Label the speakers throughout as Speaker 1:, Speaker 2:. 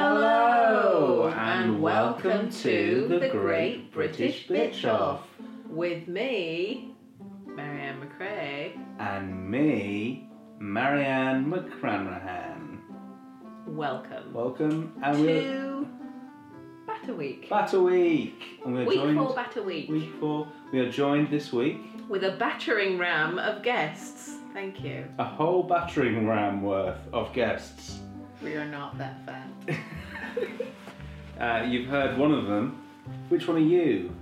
Speaker 1: Hello, and welcome to the Great British Bitch Off.
Speaker 2: with me, Marianne McRae.
Speaker 1: And me, Marianne McCranrahan.
Speaker 2: Welcome
Speaker 1: Welcome, and we're
Speaker 2: to Batter Week.
Speaker 1: Batter Week. And we're
Speaker 2: Week
Speaker 1: joined
Speaker 2: four Batter Week
Speaker 1: week four. We are joined this week.
Speaker 2: with a battering ram of guests. Thank you.
Speaker 1: A whole battering ram worth of guests.
Speaker 2: We are not that fair.
Speaker 1: Uh, you've heard one of them. Which one are you?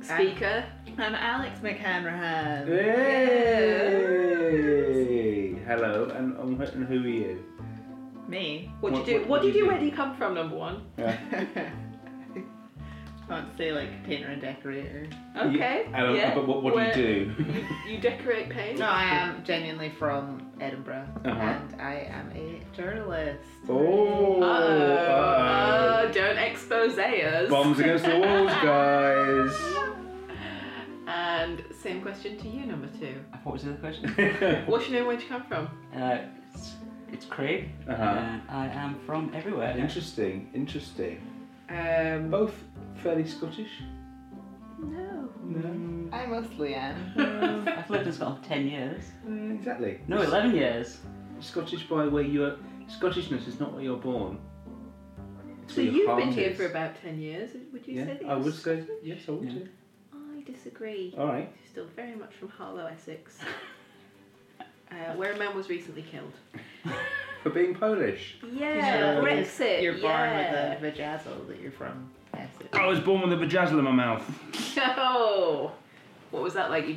Speaker 2: Speaker,
Speaker 3: I'm Alex McHanrahan.
Speaker 1: Hey! Hello, and, and who are you?
Speaker 3: Me.
Speaker 2: what do you
Speaker 1: What-
Speaker 2: do?
Speaker 1: what
Speaker 2: What,
Speaker 1: do
Speaker 2: do
Speaker 1: you
Speaker 2: you do?
Speaker 1: do?
Speaker 2: Where do you come from? Number one.
Speaker 1: Yeah.
Speaker 3: Can't say like a painter and decorator.
Speaker 2: Okay.
Speaker 1: You- Alan,
Speaker 2: yeah.
Speaker 1: uh, But what, what
Speaker 2: Where-
Speaker 1: do you do?
Speaker 2: You, you decorate paint.
Speaker 3: No, I am genuinely from Edinburgh,
Speaker 1: Uh-huh.
Speaker 3: and I am a journalist.
Speaker 1: Oh.
Speaker 2: Uh-oh.
Speaker 1: Uh-oh.
Speaker 2: Uh, don't expose us.
Speaker 1: Bombs against the walls, guys.
Speaker 2: And same question to you, number two.
Speaker 4: What was the other question?
Speaker 2: What's your name? Where'd you come from?
Speaker 4: uh, it's, it's Craig.
Speaker 1: uh-huh.
Speaker 4: and I am from everywhere.
Speaker 1: Interesting, interesting.
Speaker 2: Um,
Speaker 1: Both fairly Scottish.
Speaker 2: no.
Speaker 1: No.
Speaker 3: I mostly am.
Speaker 2: Mm.
Speaker 4: I've lived in Scotland for 10 years.
Speaker 1: Uh, exactly.
Speaker 4: No, 11 years.
Speaker 1: Scottish by where you are. Scottishness is not where you're born. It's
Speaker 2: So
Speaker 1: where your
Speaker 2: you've
Speaker 1: heart
Speaker 2: been here
Speaker 1: is.
Speaker 2: for about ten years. Would you
Speaker 1: Yeah,
Speaker 2: say that?
Speaker 1: I
Speaker 2: you're
Speaker 1: would say
Speaker 2: Scottish?
Speaker 1: yes. I would.
Speaker 4: Yeah.
Speaker 1: do.
Speaker 2: I disagree.
Speaker 1: All right.
Speaker 2: Still very much from Harlow, Essex, uh, where a man was recently killed.
Speaker 1: For being Polish.
Speaker 2: Yeah,
Speaker 1: you're-
Speaker 2: Brexit.
Speaker 3: You're
Speaker 2: yeah.
Speaker 3: born with a vajazzle that you're from Essex.
Speaker 1: I was born with a vajazzle in my mouth.
Speaker 2: Oh, what was that like? You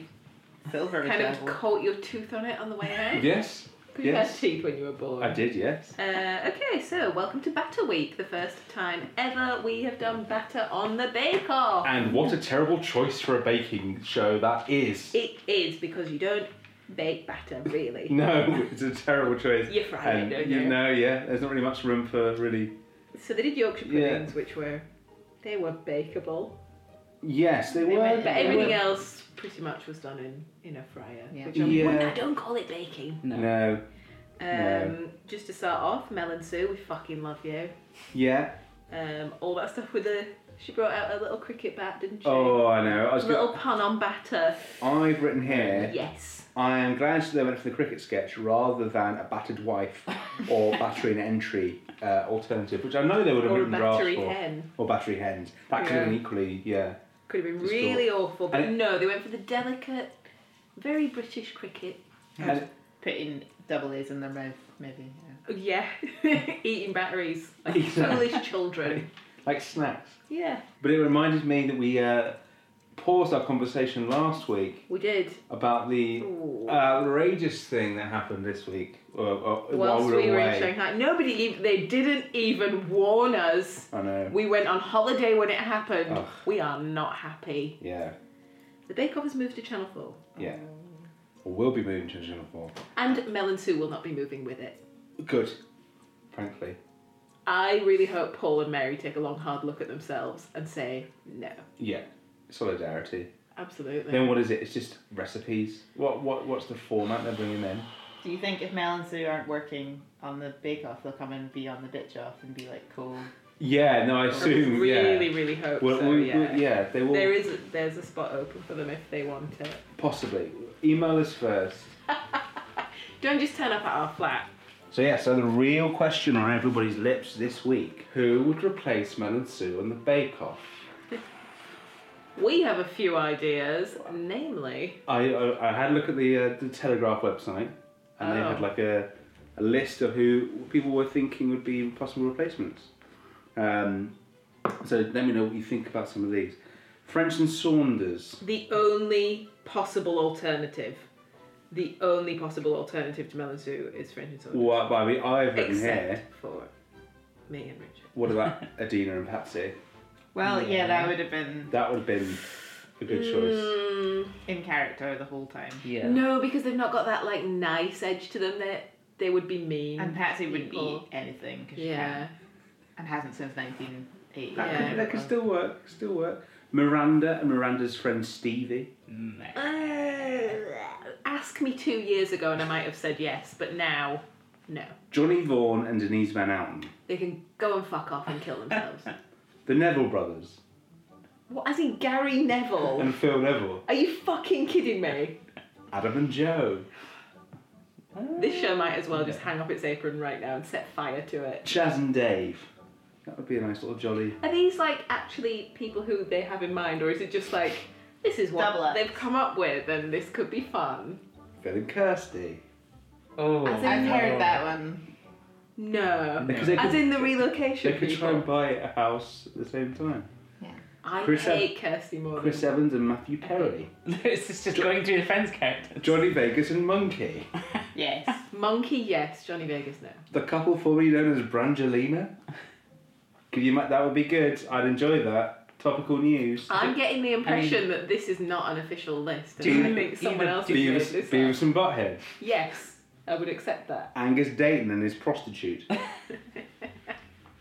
Speaker 3: Silver
Speaker 2: kind of
Speaker 3: vajazzle.
Speaker 2: caught your tooth on it on the way out.
Speaker 1: Yes,
Speaker 2: You
Speaker 1: yes.
Speaker 2: had teeth when you were born.
Speaker 1: I did. Yes.
Speaker 2: Uh, okay, so welcome to Batter Week, the first time ever we have done batter on the Bake Off.
Speaker 1: And what a terrible choice for a baking show that is.
Speaker 2: It is because you don't bake batter really.
Speaker 1: No, it's a terrible choice.
Speaker 2: You fry it,
Speaker 1: And
Speaker 2: don't
Speaker 1: you
Speaker 2: you?
Speaker 1: know, yeah, there's not really much room for really.
Speaker 2: So they did Yorkshire
Speaker 1: Yeah.
Speaker 2: puddings, which were they were bakeable,
Speaker 1: Yes, they
Speaker 3: They
Speaker 1: were.
Speaker 3: made-
Speaker 2: but
Speaker 3: they
Speaker 2: everything
Speaker 1: were-
Speaker 2: else pretty much was done in in a fryer.
Speaker 3: Yeah.
Speaker 2: Which I'm,
Speaker 1: Yeah.
Speaker 2: well, no, don't call it baking.
Speaker 4: No.
Speaker 1: No.
Speaker 2: Um,
Speaker 1: No.
Speaker 2: Just to start off, Mel and Sue, we fucking love you.
Speaker 1: Yeah.
Speaker 2: Um, all that stuff with the she brought out a little cricket bat, didn't she?
Speaker 1: Oh, I know. I was.
Speaker 2: little pun on batter.
Speaker 1: gonna- I've written here.
Speaker 2: Yes.
Speaker 1: I am glad that they went for the cricket sketch rather than a battered wife or battering entry uh, alternative, which I know they would have
Speaker 2: Or a
Speaker 1: written drafts
Speaker 2: battery
Speaker 1: for.
Speaker 2: hen.
Speaker 1: Or battery hens. That could have
Speaker 2: Yeah.
Speaker 1: been equally, yeah.
Speaker 2: Could have been
Speaker 1: Just
Speaker 2: really awful, but
Speaker 1: And it-
Speaker 2: no, they went for the delicate, very British cricket.
Speaker 1: And,
Speaker 3: Putting double A's in their mouth, maybe. Yeah.
Speaker 2: Yeah, eating batteries like
Speaker 1: Exactly.
Speaker 2: foolish children.
Speaker 1: like snacks.
Speaker 2: Yeah,
Speaker 1: But it reminded me that we uh, paused our conversation last week
Speaker 2: we did.
Speaker 1: about the uh,
Speaker 2: Ooh.
Speaker 1: outrageous thing that happened this week uh, uh, while
Speaker 2: Whilst
Speaker 1: we were
Speaker 2: we were in
Speaker 1: away.
Speaker 2: Shanghai, nobody even, they didn't even warn us.
Speaker 1: I know.
Speaker 2: We went on holiday when it happened.
Speaker 1: Ugh.
Speaker 2: We are not happy.
Speaker 1: Yeah,
Speaker 2: The Bake Off has moved to Channel 4,
Speaker 1: yeah.
Speaker 2: Oh.
Speaker 1: Or will be moving to Channel 4.
Speaker 2: and Mel and Sue will not be moving with it.
Speaker 1: Good, frankly.
Speaker 2: I really hope Paul and Mary take a long, hard look at themselves and say, no,
Speaker 1: Yeah, solidarity.
Speaker 2: absolutely.
Speaker 1: Then what is it? It's just recipes. What what what's the format they're bringing in?
Speaker 3: Do you think if Mel and Sue aren't working on the Bake Off, they'll come and be on the Bitch Off and be like, cool.
Speaker 1: Yeah, no, I
Speaker 2: I
Speaker 1: assume.
Speaker 2: really,
Speaker 1: yeah.
Speaker 2: really hope
Speaker 1: Well,
Speaker 2: so.
Speaker 1: we- we-
Speaker 2: yeah.
Speaker 1: yeah, they will
Speaker 2: There is there's a spot open for them if they want it.
Speaker 1: possibly email us first.
Speaker 2: Don't just turn up at our flat.
Speaker 1: So yeah, so the real question on everybody's lips this week: Who would replace Mel and Sue on the Bake Off?
Speaker 2: We have a few ideas, namely,
Speaker 1: I, I I had a look at the uh, the Telegraph website, and they
Speaker 2: Oh.
Speaker 1: had like a a list of who people were thinking would be possible replacements. Um, so let me know what you think about some of these. French and Saunders.
Speaker 2: the only possible alternative. The only possible alternative to Melon Zoo is French and Saunders.
Speaker 1: What well, I mean, I've written
Speaker 2: Except
Speaker 1: here.
Speaker 2: for me and Richard.
Speaker 1: What about Adina and Patsy?
Speaker 3: Well, yeah, that would have been
Speaker 1: That would have been a good choice.
Speaker 2: Mm,
Speaker 3: in character the whole time.
Speaker 4: Yeah.
Speaker 2: No, because they've not got that like nice edge to them that they would be mean.
Speaker 3: And Patsy wouldn't
Speaker 2: people.
Speaker 3: eat anything because she
Speaker 2: yeah.
Speaker 3: can't, and hasn't since 1980.
Speaker 1: That,
Speaker 2: Yeah.
Speaker 1: could, that could still work. Still work. Miranda and Miranda's friend Stevie.
Speaker 2: Uh, ask me two years ago and I might have said yes, but now No.
Speaker 1: Johnny Vaughan and Denise Van Outen.
Speaker 2: They can go and fuck off and kill themselves.
Speaker 1: The Neville brothers.
Speaker 2: what, as in Gary Neville?
Speaker 1: And Phil Neville.
Speaker 2: Are you fucking kidding me?
Speaker 1: Adam and Joe.
Speaker 2: This show might as well just hang up its apron right now and set fire to it.
Speaker 1: Chaz and Dave. That would be a nice little jolly.
Speaker 2: Are these like actually people who they have in mind, or is it just like this is what
Speaker 3: Double X.
Speaker 2: they've come up with and this could be fun?
Speaker 1: Phil and Kirsty.
Speaker 4: Oh,
Speaker 2: As in-
Speaker 3: I've
Speaker 1: Oh.
Speaker 3: heard that one.
Speaker 2: No.
Speaker 1: Because they
Speaker 2: As
Speaker 1: could-
Speaker 2: in the relocation.
Speaker 1: They could
Speaker 2: people.
Speaker 1: try and buy a house at the same time.
Speaker 2: I
Speaker 1: Chris
Speaker 2: hate Kirsty more than
Speaker 1: Chris Evans and Matthew Perry.
Speaker 4: this is just going through the friends characters.
Speaker 1: Johnny Vegas and Monkey.
Speaker 3: Yes.
Speaker 2: Monkey. Yes, Johnny Vegas. No.
Speaker 1: The couple formerly known as Brangelina. Could you ma- that would be good. I'd enjoy that. Topical news.
Speaker 2: I'm getting the impression that this is not an official list.
Speaker 4: Do
Speaker 2: And I
Speaker 4: you-
Speaker 2: think someone
Speaker 4: either
Speaker 2: else has made
Speaker 1: Beavis,
Speaker 2: this
Speaker 1: Beavis and Butthead.
Speaker 2: up. Yes, I would accept that.
Speaker 1: Angus Dayton and his prostitute.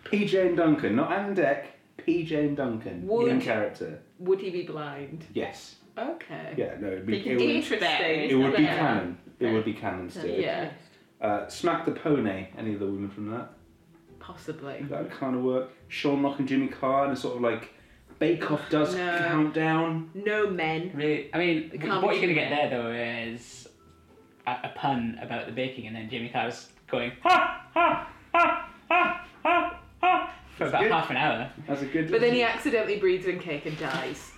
Speaker 1: PJ and Duncan, not Anne Deck, PJ and Duncan.
Speaker 2: Would-
Speaker 1: In character.
Speaker 2: Would he be blind?
Speaker 1: Yes.
Speaker 2: Okay.
Speaker 1: Yeah, no, it'd
Speaker 3: They
Speaker 1: be,
Speaker 3: can
Speaker 1: it
Speaker 3: do
Speaker 1: would,
Speaker 3: it.
Speaker 2: Interesting.
Speaker 1: it would be
Speaker 2: Yeah.
Speaker 1: canon. It would be canon still.
Speaker 2: Yeah.
Speaker 1: Uh, Smack the Pony, any other women from that?
Speaker 2: Possibly.
Speaker 1: That would kind of work. Sean Lock and Jimmy Carr and a sort of like Bake Off does
Speaker 2: No.
Speaker 1: countdown.
Speaker 2: No men.
Speaker 4: Really, I mean,
Speaker 2: It can't
Speaker 4: what
Speaker 2: be
Speaker 4: you're gonna
Speaker 2: too
Speaker 4: get there though is a, a pun about the baking, and then Jimmy Carr's going ha ha ha ha ha ha for about
Speaker 1: good.
Speaker 4: half an hour,
Speaker 1: That's a good.
Speaker 2: But then he accidentally breathes in cake and dies.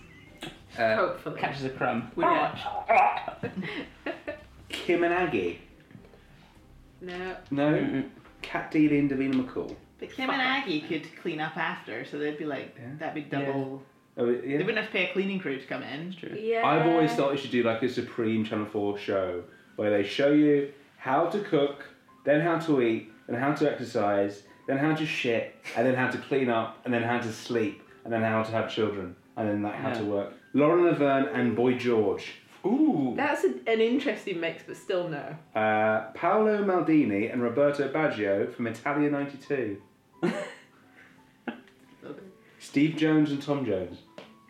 Speaker 1: uh,
Speaker 2: Hopefully.
Speaker 4: catches a crumb.
Speaker 2: Would
Speaker 1: Kim and Aggie.
Speaker 2: No.
Speaker 1: No.
Speaker 4: Mm-mm.
Speaker 1: Cat Dealey and Davina McCall.
Speaker 3: But Kim
Speaker 2: Fuck
Speaker 3: and
Speaker 2: off.
Speaker 3: Aggie could clean up after, so they'd be like,
Speaker 1: Yeah.
Speaker 3: that'd be double.
Speaker 1: Oh, yeah.
Speaker 3: They wouldn't have to pay a cleaning crew to come in.
Speaker 1: True.
Speaker 2: Yeah.
Speaker 1: I've always thought you should do like a Supreme Channel 4 show where they show you how to cook, then how to eat, and how to exercise, then how to shit, and then how to clean up, and then how to sleep, and then how to have children, and then like how to
Speaker 4: Yeah.
Speaker 1: work. Lauren Laverne and Boy George.
Speaker 4: Ooh,
Speaker 2: That's a, an interesting mix, but still no.
Speaker 1: Uh, Paolo Maldini and Roberto Baggio from Italia 92. Steve Jones and Tom Jones.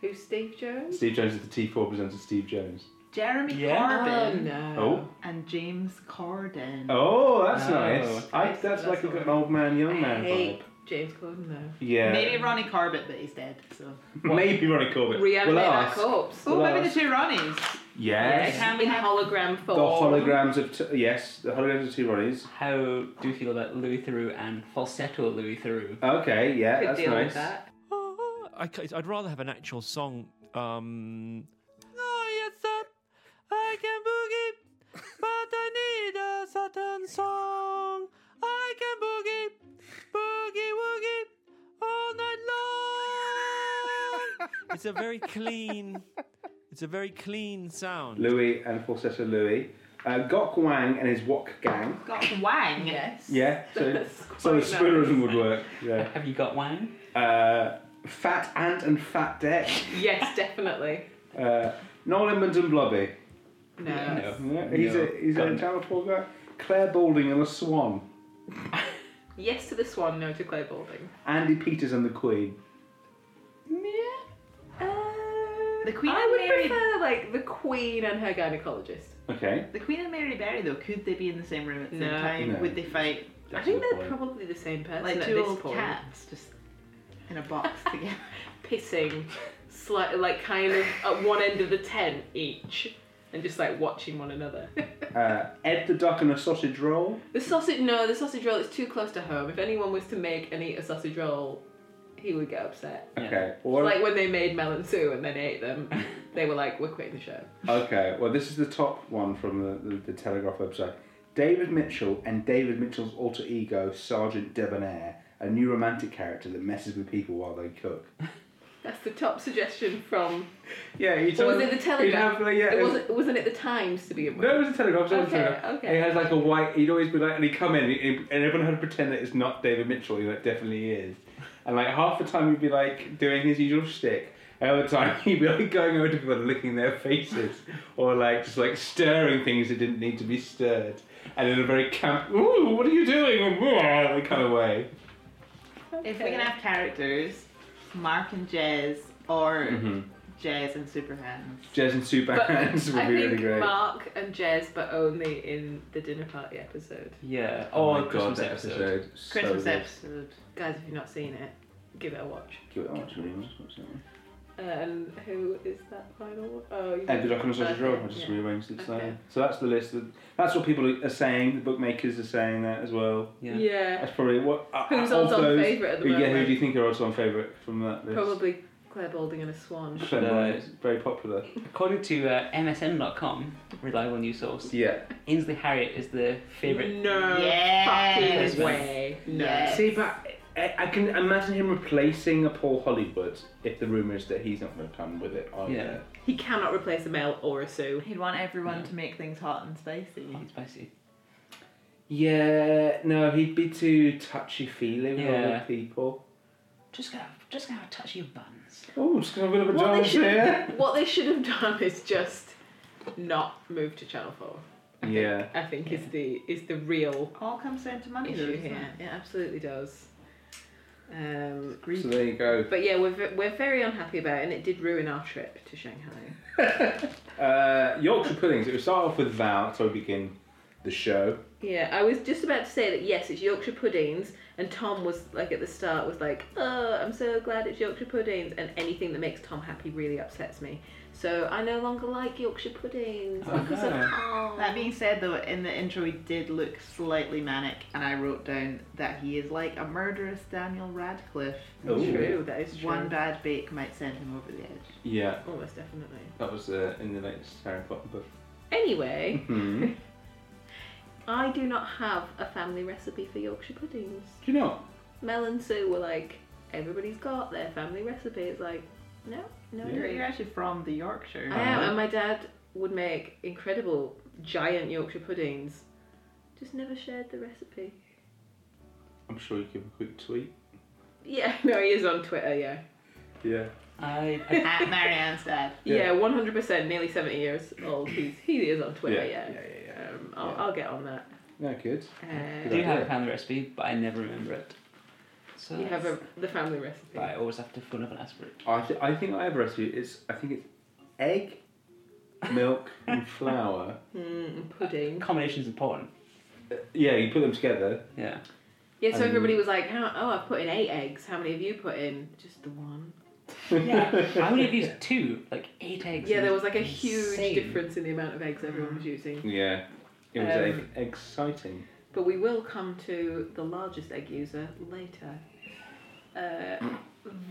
Speaker 2: Who's Steve Jones?
Speaker 1: Steve Jones is the T4 presenter, Steve Jones.
Speaker 3: Jeremy
Speaker 4: Yeah.
Speaker 2: Oh
Speaker 3: Corbyn
Speaker 2: no.
Speaker 1: Oh.
Speaker 3: and James Corden.
Speaker 1: Oh, that's
Speaker 4: Oh.
Speaker 1: nice. I, that's,
Speaker 3: That's
Speaker 1: like a
Speaker 3: all
Speaker 1: good
Speaker 3: right.
Speaker 1: old man, young
Speaker 2: I
Speaker 1: man vibe.
Speaker 2: hate James Corden though.
Speaker 1: Yeah.
Speaker 3: Maybe Ronnie Corbett, but he's dead. So.
Speaker 1: Maybe Ronnie Corbett.
Speaker 2: Reanimate
Speaker 1: We'll
Speaker 2: that
Speaker 1: ask.
Speaker 2: corpse.
Speaker 3: Oh,
Speaker 1: Well,
Speaker 3: maybe
Speaker 1: that's-
Speaker 3: the two Ronnies.
Speaker 1: Yes.
Speaker 3: Yes. Can we
Speaker 2: in
Speaker 3: have-
Speaker 2: hologram
Speaker 1: The
Speaker 2: form.
Speaker 1: holograms of t- yes, the holograms of two Ronnies.
Speaker 4: how do you feel about Louis Theroux and falsetto Louis Theroux?
Speaker 1: Okay, yeah,
Speaker 2: Could
Speaker 1: that's
Speaker 2: deal
Speaker 1: nice.
Speaker 2: with that.
Speaker 5: Oh, I, would rather have an actual song. Um, oh, yes, sir. I can boogie, but I need a certain song. I can boogie, boogie woogie, all night long. it's a very clean, it's a very clean sound.
Speaker 1: Louis and falsetto Louis. Uh, Gok Wang and his Wok Gang.
Speaker 3: Got Wang.
Speaker 2: Yes.
Speaker 1: Yeah, so
Speaker 2: That's
Speaker 1: so a
Speaker 2: quite
Speaker 1: spoonerism would work. Yeah.
Speaker 4: Have you got Wang?
Speaker 1: Uh, fat Ant and Fat Deck.
Speaker 2: Yes, definitely.
Speaker 1: Uh, Noel Edmonds and Blobby.
Speaker 2: No.
Speaker 4: No.
Speaker 1: Yeah, he's
Speaker 4: No.
Speaker 1: a he's
Speaker 4: Got
Speaker 1: a
Speaker 4: it.
Speaker 1: Channel Four guy. Claire Balding and the Swan.
Speaker 2: Yes to the swan, no to clay balding.
Speaker 1: Andy Peters and the Queen.
Speaker 2: Uh,
Speaker 3: The Queen
Speaker 2: I
Speaker 3: and
Speaker 2: would
Speaker 3: Mary-
Speaker 2: prefer like the Queen and her gynecologist.
Speaker 1: Okay.
Speaker 3: The Queen and Mary Berry, though, could they be in the same room at the
Speaker 2: No.
Speaker 3: same time?
Speaker 1: No.
Speaker 3: Would they fight
Speaker 2: I
Speaker 1: That's a
Speaker 2: think
Speaker 1: good
Speaker 2: they're
Speaker 1: point.
Speaker 2: probably the same person
Speaker 3: like
Speaker 2: at
Speaker 3: two
Speaker 2: this
Speaker 3: old
Speaker 2: point.
Speaker 3: cats just in a box together?
Speaker 2: Pissing, slight, like kind of at one end of the tent each, and just like watching one another.
Speaker 1: Uh, Ed the Duck and a sausage roll.
Speaker 2: the sausage, no, the sausage roll is too close to home. If anyone was to make and eat a sausage roll, he would get upset.
Speaker 4: Yeah.
Speaker 1: Okay. Or,
Speaker 2: Like when they made Mel and Sue and then ate them, they were like, "We're quitting the show."
Speaker 1: okay. Well, this is the top one from the, the, the Telegraph website. David Mitchell and David Mitchell's alter ego, Sergeant Debonair, a new romantic character that messes with people while they cook.
Speaker 2: That's the top suggestion from.
Speaker 1: Yeah, he
Speaker 2: Or was it the Telegraph?
Speaker 1: Have, like, yeah,
Speaker 2: it
Speaker 1: was-
Speaker 2: wasn't. Wasn't it the Times to begin with?
Speaker 1: no, it was the Telegraph. It was the
Speaker 2: Okay,
Speaker 1: Telegraph.
Speaker 2: okay.
Speaker 1: And He has like a white. He'd always be like, and he'd come in, and, he'd- and everyone had to pretend that it's not David Mitchell. He like definitely is. And like half the time he'd be like doing his usual shtick. And other time he'd be like going over to people and licking their faces, or like just like stirring things that didn't need to be stirred, and in a very camp, ooh, what are you doing? That kind of way. Mm-hmm.
Speaker 3: If we can have characters, Mark and Jez or Jazz and Superhands.
Speaker 1: Jez and
Speaker 2: But
Speaker 1: Superhands would
Speaker 2: I
Speaker 1: be
Speaker 2: think
Speaker 1: really great.
Speaker 2: Mark and Jez, but only in the dinner party episode.
Speaker 4: Yeah.
Speaker 1: Oh
Speaker 4: Or
Speaker 1: my
Speaker 4: Christmas
Speaker 1: that
Speaker 4: episode.
Speaker 1: so
Speaker 3: Christmas
Speaker 1: good.
Speaker 3: episode.
Speaker 2: Guys, if you've not seen it, give it a watch.
Speaker 1: Give it a watch, really, watch it.
Speaker 2: And who is that final one? Oh, you
Speaker 1: And the Dock on a Sausage
Speaker 2: Okay,
Speaker 1: Roll. I just
Speaker 2: yeah.
Speaker 1: rearranged it slightly.
Speaker 2: Okay.
Speaker 1: So that's the list. Of, that's what people are saying. The bookmakers are saying that as well.
Speaker 4: Yeah.
Speaker 2: Yeah.
Speaker 1: That's probably what. uh,
Speaker 2: Who's
Speaker 1: of
Speaker 2: odds on
Speaker 1: those-
Speaker 2: favourite at the
Speaker 1: who- Yeah, who
Speaker 2: moment?
Speaker 1: do you think are odds on favourite from that list?
Speaker 2: Probably Claire Balding and a swan.
Speaker 1: Shane
Speaker 4: No.
Speaker 1: Bryant is very popular.
Speaker 4: According to uh, MSN.com, reliable news source,
Speaker 1: Yeah.
Speaker 4: Ainsley Harriott is the favourite.
Speaker 2: No
Speaker 3: Yes.
Speaker 2: fucking way. No.
Speaker 3: Yes.
Speaker 1: See, but I, I can imagine him replacing a Paul Hollywood if the rumour is that he's not going to come with it either.
Speaker 4: Yeah.
Speaker 2: He cannot replace a male or a Sue.
Speaker 3: He'd want everyone to make things hot and spicy.
Speaker 4: Oh, it's spicy.
Speaker 1: Yeah, no, he'd be too touchy feely with
Speaker 4: Yeah.
Speaker 1: other people.
Speaker 4: Just gonna, just gonna touch your buns.
Speaker 1: Oh, just gonna have a bit of a
Speaker 2: What they
Speaker 1: dance here.
Speaker 2: should what they should have done is just not move to Channel Four. I
Speaker 1: Yeah.
Speaker 2: think, I think is the is the real
Speaker 3: All comes down to money, though,
Speaker 2: issue
Speaker 3: doesn't
Speaker 2: here.
Speaker 3: it?
Speaker 2: It absolutely does. Um,
Speaker 1: So there you go.
Speaker 2: but yeah, we're, ve- we're very unhappy about it, and it did ruin our trip to Shanghai.
Speaker 1: Uh, Yorkshire puddings. It will start off with Val. So we begin the show.
Speaker 2: Yeah, I was just about to say that yes, it's Yorkshire puddings, and Tom was like at the start was like, "Oh, I'm so glad it's Yorkshire puddings," and anything that makes Tom happy really upsets me. So I no longer like Yorkshire puddings
Speaker 4: Oh,
Speaker 2: because
Speaker 4: no.
Speaker 2: of Tom.
Speaker 3: That being said, though, in the intro he did look slightly manic, and I wrote down that he is like a murderous Daniel Radcliffe.
Speaker 1: Ooh.
Speaker 2: true. That is true.
Speaker 3: One bad bake might send him over the edge.
Speaker 1: Yeah,
Speaker 2: Almost definitely.
Speaker 1: that was uh, in the latest Harry Potter book.
Speaker 2: Anyway,
Speaker 1: Hmm. Do
Speaker 2: I do not have a family recipe for Yorkshire puddings.
Speaker 1: you know?
Speaker 2: Mel and Sue were like, everybody's got their family recipe. It's like, no,
Speaker 1: Yeah.
Speaker 2: no, no.
Speaker 3: You're, you're actually from the Yorkshire.
Speaker 2: I am, and my dad would make incredible giant Yorkshire puddings. Just never shared the recipe.
Speaker 1: I'm sure you give a quick tweet.
Speaker 2: Yeah, no, he is on Twitter. Yeah,
Speaker 1: Yeah.
Speaker 4: I, I
Speaker 3: At Marianne's dad.
Speaker 1: Yeah.
Speaker 2: yeah, one hundred percent, nearly seventy years old. He's he is on Twitter.
Speaker 1: Yeah.
Speaker 2: Yeah,
Speaker 1: Yeah. Yeah. yeah.
Speaker 2: Um, I'll,
Speaker 1: Yeah.
Speaker 2: I'll get on that.
Speaker 1: No, good.
Speaker 2: Uh,
Speaker 4: do have
Speaker 1: idea.
Speaker 4: a family recipe, but I never remember it. So
Speaker 2: you have
Speaker 4: that's-
Speaker 2: a, the family recipe.
Speaker 4: But I always have to phone up and ask for it.
Speaker 1: I, th- I think I have a recipe. It's I think it's egg, milk, and flour.
Speaker 2: Mm, pudding.
Speaker 4: Combination's important.
Speaker 1: Uh, yeah, you put them together.
Speaker 4: Yeah.
Speaker 2: Yeah, so
Speaker 1: Um,
Speaker 2: everybody was like, "How? Oh, I've put in eight eggs. How many have you put in? Just the one."
Speaker 4: Yeah. I only used two, like eight eggs.
Speaker 2: Yeah,
Speaker 4: and
Speaker 2: there was like a
Speaker 4: insane.
Speaker 2: huge difference in the amount of eggs everyone was using.
Speaker 1: Yeah. It was
Speaker 2: Um,
Speaker 1: egg- exciting.
Speaker 2: But we will come to the largest egg user later. Uh,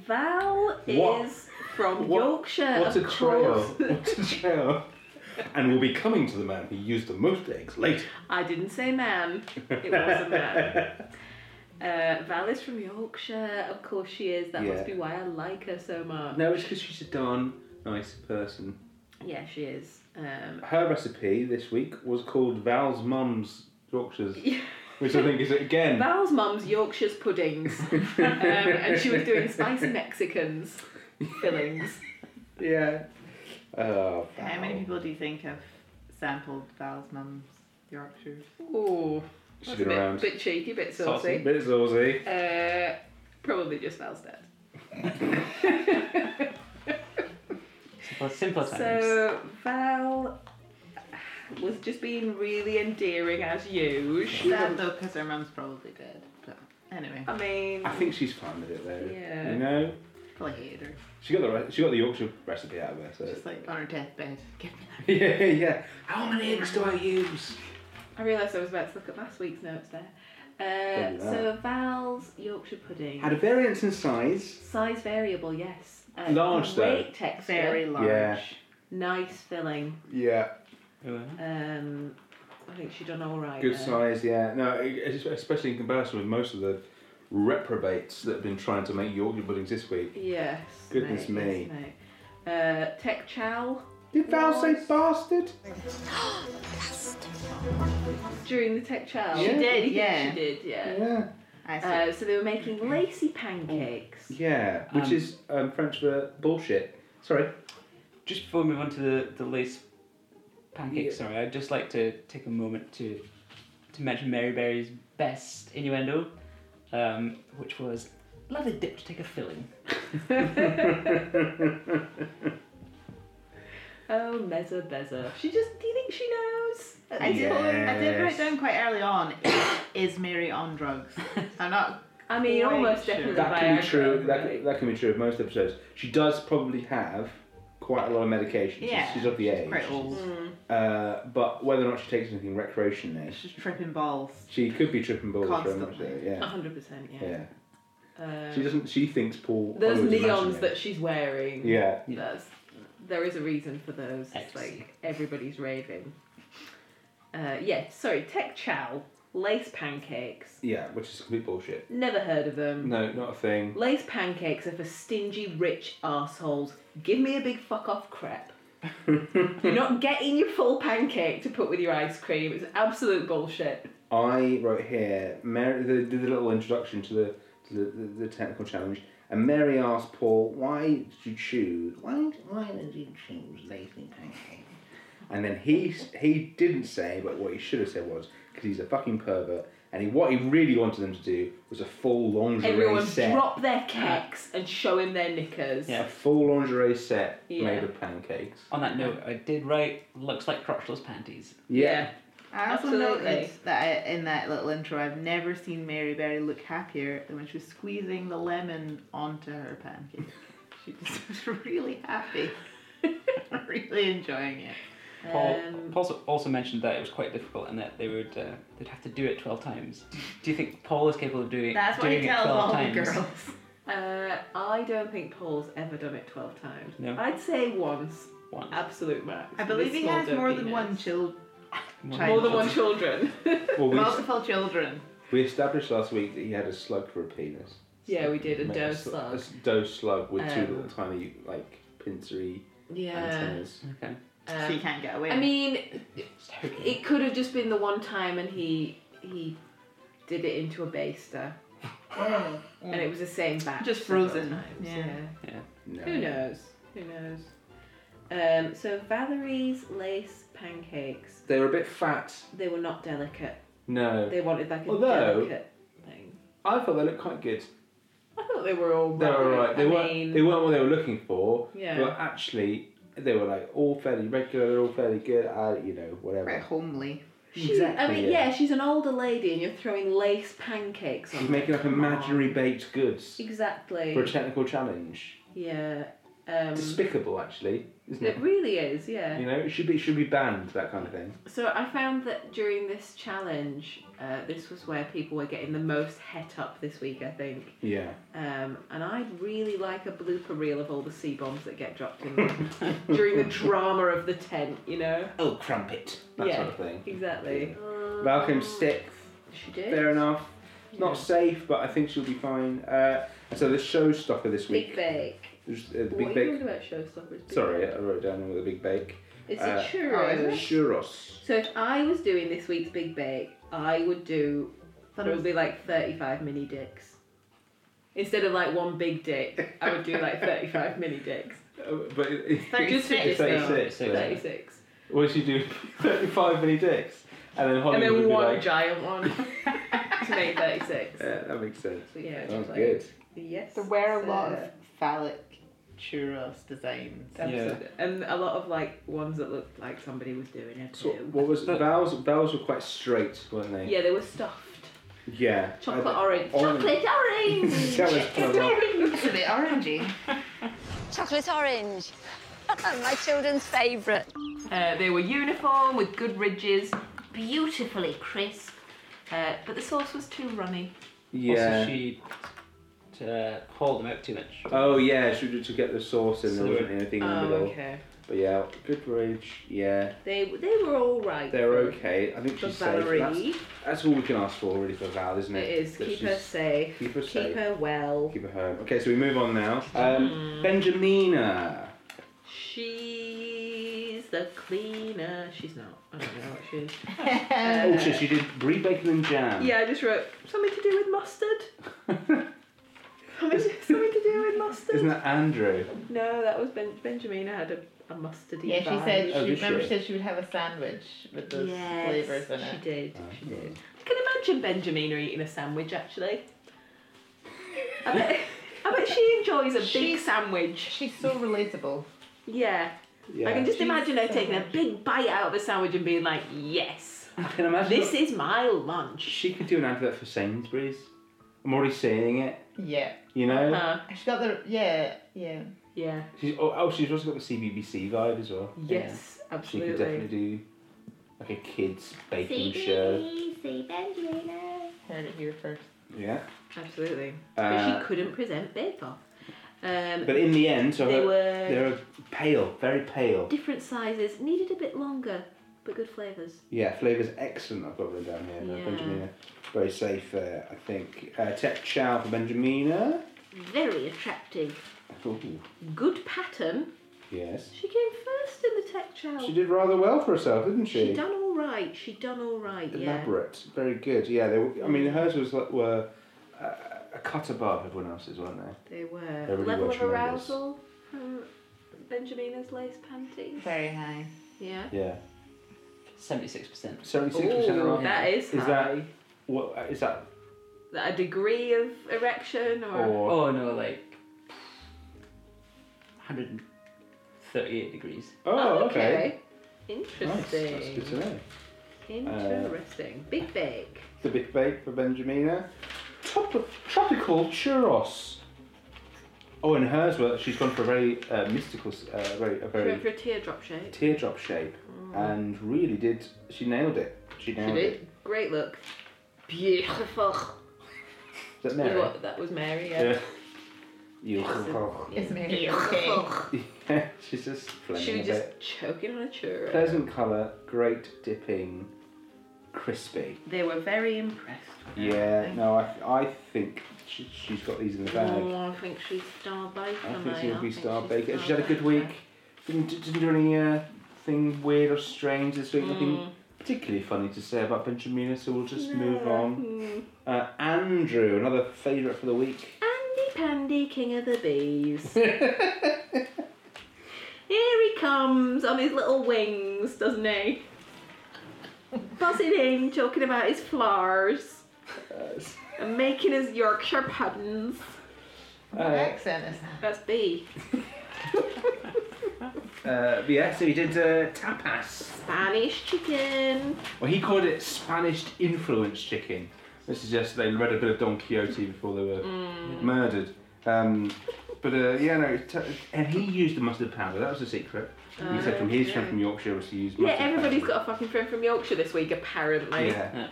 Speaker 2: Val
Speaker 1: What?
Speaker 2: is from
Speaker 1: What-
Speaker 2: Yorkshire.
Speaker 1: what
Speaker 2: of
Speaker 1: a trail!
Speaker 2: course.
Speaker 1: What a trail! and we'll be coming to the man who used the most eggs later.
Speaker 2: I didn't say man. It was a man. Uh, Val is from Yorkshire. Of course she is. That
Speaker 1: Yeah.
Speaker 2: must be why I like her so much.
Speaker 1: No, it's because she's a darn nice person.
Speaker 2: Yeah, she is. Um,
Speaker 1: Her recipe this week was called Val's Mum's Yorkshire's, which I think is again.
Speaker 2: Val's mum's Yorkshire's puddings, um, and she was doing spicy Mexicans fillings.
Speaker 1: yeah. Oh,
Speaker 3: How many
Speaker 1: Val.
Speaker 3: people do you think have sampled Val's mum's Yorkshire?
Speaker 2: Ooh,
Speaker 1: She's
Speaker 2: that's
Speaker 1: been
Speaker 2: a bit,
Speaker 1: around.
Speaker 2: bit cheeky, bit
Speaker 1: A
Speaker 2: saucy.
Speaker 1: bit saucy.
Speaker 2: Uh, probably just Val's dad.
Speaker 4: Simple, simple times.
Speaker 2: so Val was just being really endearing as usual.
Speaker 3: Sad though, because her mum's probably dead. But anyway,
Speaker 2: I mean,
Speaker 1: I think she's fine with it though.
Speaker 2: Yeah.
Speaker 1: You know,
Speaker 3: probably hated her.
Speaker 1: she got the re- she got the Yorkshire recipe out of her. So.
Speaker 3: Just like on her deathbed. Give me that.
Speaker 1: yeah, yeah. How many eggs do I use?
Speaker 2: I realised I was about to look at last week's notes there.
Speaker 1: Don't do
Speaker 2: Uh, so Val's Yorkshire pudding.
Speaker 1: Had a variance in size.
Speaker 2: Size variable, yes. Uh,
Speaker 1: Large, though.
Speaker 2: Great texture.
Speaker 3: Very large.
Speaker 1: Yeah.
Speaker 2: Nice filling.
Speaker 1: Yeah.
Speaker 2: Um, I think she done all right.
Speaker 1: Good
Speaker 2: there.
Speaker 1: size, yeah. No, e, es- especially in comparison with most of the reprobates that have been trying to make Yorkshire puddings this week.
Speaker 2: Yes.
Speaker 1: Goodness
Speaker 2: mate,
Speaker 1: me.
Speaker 2: yes, mate. Uh, tech chow.
Speaker 1: Did Val say bastard?
Speaker 2: During the tech chow.
Speaker 1: She Yeah.
Speaker 3: did,
Speaker 2: You think
Speaker 3: yeah.
Speaker 2: She did, yeah.
Speaker 1: Yeah. Oh.
Speaker 3: I see.
Speaker 2: Uh, so they were making lacy pancakes.
Speaker 1: Yeah, which
Speaker 4: Um,
Speaker 1: is um, French for bullshit. Sorry.
Speaker 4: Just before we move on to the, the lace pancakes, sorry, I'd just like to take a moment to to mention Mary Berry's best innuendo, um, which was love a dip to take a filling.
Speaker 2: Oh, Meza Beza. She just. Do you think she knows? At
Speaker 3: I
Speaker 2: this
Speaker 3: did,
Speaker 2: point?
Speaker 1: Yeah.
Speaker 3: I did write
Speaker 1: Yes.
Speaker 3: down quite early on is, is Mary on drugs? I'm not.
Speaker 2: I mean,
Speaker 3: Quite
Speaker 2: almost
Speaker 3: sure.
Speaker 2: definitely.
Speaker 1: That can be
Speaker 2: Viagra,
Speaker 1: true. That,
Speaker 2: really.
Speaker 1: can- that can be true of most episodes. She does probably have quite a lot of medication. She's-
Speaker 3: Yeah.
Speaker 1: She's, of the age.
Speaker 3: Quite old.
Speaker 1: Uh, but whether or not she takes anything recreationally,
Speaker 3: She's tripping balls.
Speaker 1: she could be tripping balls very much.
Speaker 3: Constantly.
Speaker 1: so,
Speaker 2: A
Speaker 1: Yeah.
Speaker 2: hundred percent. Yeah.
Speaker 1: Yeah.
Speaker 2: Uh,
Speaker 1: She doesn't. She thinks Paul.
Speaker 2: those
Speaker 1: Owen's
Speaker 2: neons
Speaker 1: imaginary.
Speaker 2: that she's wearing.
Speaker 1: Yeah.
Speaker 2: That's, there is a reason for those. It's
Speaker 4: Ecstasy.
Speaker 2: like everybody's raving. Uh, yeah. Sorry. Tech Chow. Lace pancakes.
Speaker 1: Yeah, which is complete bullshit.
Speaker 2: Never heard of them.
Speaker 1: No, not a thing.
Speaker 2: Lace pancakes are for stingy, rich assholes. Give me a big fuck off crap. You're not getting your full pancake to put with your ice cream. It's absolute bullshit.
Speaker 1: I wrote here. Mary they did a little introduction to the to the, the, the technical challenge, and Mary asked Paul, "Why did you choose? Why why did you choose lazy pancake?" And then he he didn't say, but what he should have said was because he's a fucking pervert. And he, what he really wanted them to do was a full lingerie
Speaker 2: Everyone
Speaker 1: set.
Speaker 2: drop their cakes and show him their knickers.
Speaker 1: A
Speaker 4: Yeah.
Speaker 1: full lingerie set
Speaker 2: Yeah.
Speaker 1: made of pancakes.
Speaker 4: On that note, I did write looks like crotchless panties.
Speaker 2: Yeah.
Speaker 3: I also
Speaker 2: Absolutely.
Speaker 3: noted that I, in that little intro, I've never seen Mary Berry look happier than when she was squeezing the lemon onto her pancake. she just was really happy, really enjoying it.
Speaker 4: Paul,
Speaker 2: Um,
Speaker 4: Paul also- also mentioned that it was quite difficult and that they would uh, they'd have to do it twelve times. Do you think Paul is capable of doing
Speaker 3: That's what
Speaker 4: doing
Speaker 3: he
Speaker 4: it
Speaker 3: tells
Speaker 4: twelve
Speaker 3: all
Speaker 4: times?
Speaker 3: the girls.
Speaker 2: uh, I don't think Paul's ever done it 12 times.
Speaker 4: No.
Speaker 2: I'd say once,
Speaker 4: Once.
Speaker 2: absolute max.
Speaker 3: I believe
Speaker 2: This
Speaker 3: he
Speaker 2: small
Speaker 3: has more than
Speaker 2: dorkiness.
Speaker 3: one child,
Speaker 4: More
Speaker 3: than
Speaker 2: More than one
Speaker 3: child.
Speaker 2: children.
Speaker 1: Well, we,
Speaker 3: multiple children.
Speaker 1: we established last week that he had a slug for a penis.
Speaker 2: yeah, we did a
Speaker 1: Made
Speaker 2: dose
Speaker 1: sl- A
Speaker 2: slug.
Speaker 1: s- dough slug with two
Speaker 2: Um,
Speaker 1: little tiny like pincery
Speaker 2: Yeah.
Speaker 1: antennas.
Speaker 4: Okay.
Speaker 2: Um,
Speaker 3: so you can't get away.
Speaker 2: I mean,
Speaker 4: Just hoping.
Speaker 2: It could have just been the one time, and he he did it into a baster, and it was the same batch.
Speaker 3: Just
Speaker 2: several
Speaker 3: frozen,
Speaker 2: times,
Speaker 3: yeah.
Speaker 1: No.
Speaker 2: Who knows? Who knows? Um, so Valerie's lace pancakes.
Speaker 1: They were a bit fat.
Speaker 2: They were not delicate.
Speaker 1: No.
Speaker 2: They wanted like a
Speaker 1: Although-
Speaker 2: delicate thing.
Speaker 1: I thought they looked quite good.
Speaker 2: I thought they were all right.
Speaker 1: They were alright. They
Speaker 2: I
Speaker 1: weren't.
Speaker 2: mean,
Speaker 1: They weren't what they were looking for.
Speaker 2: Yeah.
Speaker 1: But actually, they were like all fairly regular, all fairly good. Uh, you know, whatever.
Speaker 3: Quite homely.
Speaker 2: she, I
Speaker 1: exactly, uh,
Speaker 2: mean,
Speaker 1: yeah.
Speaker 2: yeah. she's an older lady, and you're throwing lace pancakes on.
Speaker 1: She's
Speaker 2: her.
Speaker 1: making up imaginary baked goods
Speaker 2: Exactly.
Speaker 1: for a technical challenge.
Speaker 2: Yeah. Um,
Speaker 1: Despicable, actually, isn't
Speaker 2: it
Speaker 1: it?
Speaker 2: really is. Yeah.
Speaker 1: You know, it should be it should be banned. That kind of thing.
Speaker 2: So I found that during this challenge, uh, this was where people were getting the most het up this week, I think.
Speaker 1: Yeah.
Speaker 2: Um, and I'd really like a blooper reel of all the C bombs that get dropped in there during the drama of the tent, you know?
Speaker 1: Oh, crumpet. That
Speaker 2: Yeah.
Speaker 1: sort of thing.
Speaker 2: Exactly.
Speaker 1: Val came sixth.
Speaker 2: She did.
Speaker 1: Fair enough. Not
Speaker 2: Yeah.
Speaker 1: safe, but I think she'll be fine. Uh, so the showstopper this
Speaker 2: Big
Speaker 1: week.
Speaker 2: Bake.
Speaker 1: was, uh, the
Speaker 2: what
Speaker 1: big
Speaker 2: are you
Speaker 1: bake.
Speaker 2: talking about, Showstoppers? Big
Speaker 1: Sorry,
Speaker 2: Bake?
Speaker 1: I wrote down with the big bake.
Speaker 2: It's
Speaker 1: uh,
Speaker 2: a
Speaker 3: Oh, is
Speaker 2: churro.
Speaker 3: it?
Speaker 1: Churros.
Speaker 2: so if I was doing this week's Big Bake, I would do
Speaker 3: Thought it was
Speaker 2: probably like 35 mini dicks. Instead of like one big dick, I would do like 35 mini dicks.
Speaker 1: Uh, but it, it,
Speaker 2: Just
Speaker 3: 36
Speaker 1: it's
Speaker 3: though.
Speaker 1: 36.
Speaker 4: though.
Speaker 1: yeah.
Speaker 2: 36.
Speaker 1: What did you do? 35 mini dicks. And then Holly
Speaker 2: And
Speaker 1: would
Speaker 2: then
Speaker 1: be
Speaker 2: one
Speaker 1: like,
Speaker 2: giant one to make 36.
Speaker 1: yeah, that makes sense.
Speaker 2: So yeah,
Speaker 1: That
Speaker 2: just
Speaker 1: was
Speaker 2: like,
Speaker 1: good.
Speaker 2: Yes.
Speaker 3: There were a
Speaker 2: sir.
Speaker 3: lot of phallic churros designs.
Speaker 2: That's
Speaker 4: Yeah.
Speaker 2: it. And a lot of like ones that looked like somebody was doing it
Speaker 1: So
Speaker 2: too.
Speaker 1: what was
Speaker 4: But-
Speaker 1: Vowels, vowels were quite straight, weren't they?
Speaker 2: Yeah, they were stuffed.
Speaker 1: Yeah.
Speaker 2: Chocolate
Speaker 1: I-
Speaker 2: orange.
Speaker 1: Orange.
Speaker 2: Chocolate orange!
Speaker 1: That was
Speaker 2: Chocolate orange!
Speaker 3: It's a bit orangey.
Speaker 6: Chocolate orange. My children's favourite.
Speaker 2: Uh, they were uniform with good ridges, beautifully crisp. Uh, but the sauce was too runny.
Speaker 1: Yeah.
Speaker 4: Also, she uh, hauled them out too much.
Speaker 1: Oh yeah, she to get the sauce in. There
Speaker 4: So-
Speaker 1: wasn't anything in the middle.
Speaker 2: Oh, okay.
Speaker 1: But yeah, good rage. Yeah,
Speaker 2: They they were all right.
Speaker 1: they're
Speaker 2: for-
Speaker 1: okay. I think
Speaker 2: For
Speaker 1: she's safe. That's,
Speaker 2: Valerie,
Speaker 1: that's all we can ask for really for Val, isn't it?
Speaker 2: it is
Speaker 1: That
Speaker 2: keep
Speaker 1: she's-
Speaker 2: her safe,
Speaker 1: Keep her safe.
Speaker 2: keep her well.
Speaker 1: Keep her home. Okay, so we move on now. Um, Benjamina.
Speaker 2: She's the cleaner. She's not. I don't know what she is.
Speaker 1: Oh shit, she did brie bacon and jam.
Speaker 2: Yeah, I just wrote something to do with mustard. Something, something to do with mustard.
Speaker 1: Isn't that Andrew?
Speaker 2: No, that was ben- Benjamina had a, a mustardy.
Speaker 3: Yeah, she
Speaker 2: vibe.
Speaker 3: said.
Speaker 1: Oh,
Speaker 3: She,
Speaker 1: did
Speaker 3: remember,
Speaker 1: she?
Speaker 3: she said she would have a sandwich with those
Speaker 2: Yes,
Speaker 3: flavors in
Speaker 2: She
Speaker 3: it.
Speaker 2: did.
Speaker 1: Mm.
Speaker 2: She did. I can imagine Benjamina eating a sandwich actually. I bet, I bet she enjoys a
Speaker 3: She-
Speaker 2: big sandwich.
Speaker 3: She's so relatable.
Speaker 2: Yeah.
Speaker 1: Yeah.
Speaker 2: I can just imagine her taking a big bite out of a sandwich and being like, yes,
Speaker 1: I can imagine.
Speaker 2: this is my lunch.
Speaker 1: She could do an ad for that for Sainsbury's. I'm already saying it.
Speaker 3: Yeah.
Speaker 1: You know.
Speaker 2: Uh,
Speaker 3: She's got the yeah yeah.
Speaker 2: yeah.
Speaker 1: She's oh, oh she's also got the CBBC vibe as well.
Speaker 2: Yes,
Speaker 1: She could
Speaker 2: absolutely.
Speaker 1: definitely do like a kids baking show.
Speaker 3: Heard it here first.
Speaker 1: Yeah.
Speaker 2: Absolutely.
Speaker 1: Uh,
Speaker 2: but she couldn't present Bake Off. Um,
Speaker 1: But in the end, so
Speaker 2: They
Speaker 1: her-
Speaker 2: were-
Speaker 1: they were pale, very pale.
Speaker 2: different sizes, needed a bit longer, but good flavours.
Speaker 1: Yeah, flavour's excellent. I've got them down here.
Speaker 2: Yeah.
Speaker 1: Yeah. Benjamina, very safe there, I think. Uh, tech chow for Benjamina.
Speaker 2: Very attractive.
Speaker 1: Ooh,
Speaker 2: Good pattern.
Speaker 1: yes.
Speaker 2: She came first in the tech chow.
Speaker 1: She did rather well for herself, didn't she?
Speaker 2: Oh. She done all right. She done all right. Yeah.
Speaker 1: Elaborate, very good. Yeah, they. Were, I mean, hers was like were uh, a cut above everyone else's, weren't they?
Speaker 2: They were.
Speaker 1: really
Speaker 2: Level
Speaker 1: were
Speaker 2: of
Speaker 1: tremendous.
Speaker 2: arousal from Benjamina's lace panties.
Speaker 3: Very high.
Speaker 2: Yeah.
Speaker 1: Yeah,
Speaker 4: Seventy-six percent.
Speaker 1: seventy-six percent.
Speaker 2: Ooh, that is
Speaker 1: Is that
Speaker 2: high.
Speaker 1: what? Is that
Speaker 2: a degree of erection or,
Speaker 1: or
Speaker 4: Oh no, like hundred and thirty-eight degrees.
Speaker 1: oh okay. Nice.
Speaker 2: Interesting.
Speaker 1: That's good to know. Uh,
Speaker 2: Interesting. Big bake.
Speaker 1: The big bake for Benjamina. Top- tropical churros. Oh, and hers were she's gone for a very uh, mystical, s- uh, very a
Speaker 2: For,
Speaker 1: very
Speaker 2: for a teardrop shape.
Speaker 1: teardrop shape, and really did she nailed it. She
Speaker 2: Mm-hmm. She
Speaker 1: nailed it.
Speaker 2: did. Great look. Beautiful.
Speaker 1: Is that Mary?
Speaker 2: What- that was Mary, yeah.
Speaker 1: Yeah. You.
Speaker 3: It's Mary okay?
Speaker 2: Beautiful.
Speaker 1: Yeah, she's just flaming
Speaker 2: She
Speaker 1: a
Speaker 2: was just
Speaker 1: bit.
Speaker 2: choking on a churro.
Speaker 1: Pleasant colour, great dipping, crispy.
Speaker 2: They were very impressed.
Speaker 1: Yeah, no, I, I think she, she's got these in the bag.
Speaker 2: Oh, I think she's star baker.
Speaker 1: I think
Speaker 2: mate.
Speaker 1: she'll be star
Speaker 2: she's
Speaker 1: baker.
Speaker 2: star
Speaker 1: She's had a good week.
Speaker 2: baker.
Speaker 1: Didn't, didn't do any uh, thing weird or strange this week. Nothing particularly funny to say about Benjamina, so we'll just move on.
Speaker 2: Mm.
Speaker 1: Uh, Andrew, another favourite for the week.
Speaker 2: Andy Pandy, king of the bees. Here he comes on his little wings, doesn't he? Buzzing in, talking about his flowers
Speaker 1: Uh,
Speaker 2: and making his Yorkshire puddings.
Speaker 3: What accent is that?
Speaker 2: That's B.
Speaker 1: Uh, but yeah, so he did uh, tapas.
Speaker 2: Spanish chicken.
Speaker 1: Well, he called it Spanish influence chicken. This is just they read a bit of Don Quixote before they were murdered. Um, but uh, yeah, no, it's t- and he used the mustard powder. That was the secret. he said from his friend from Yorkshire was to use.
Speaker 2: Yeah,
Speaker 1: mustard
Speaker 2: everybody's
Speaker 1: powder.
Speaker 2: got a fucking friend from Yorkshire this week, apparently.
Speaker 1: Yeah,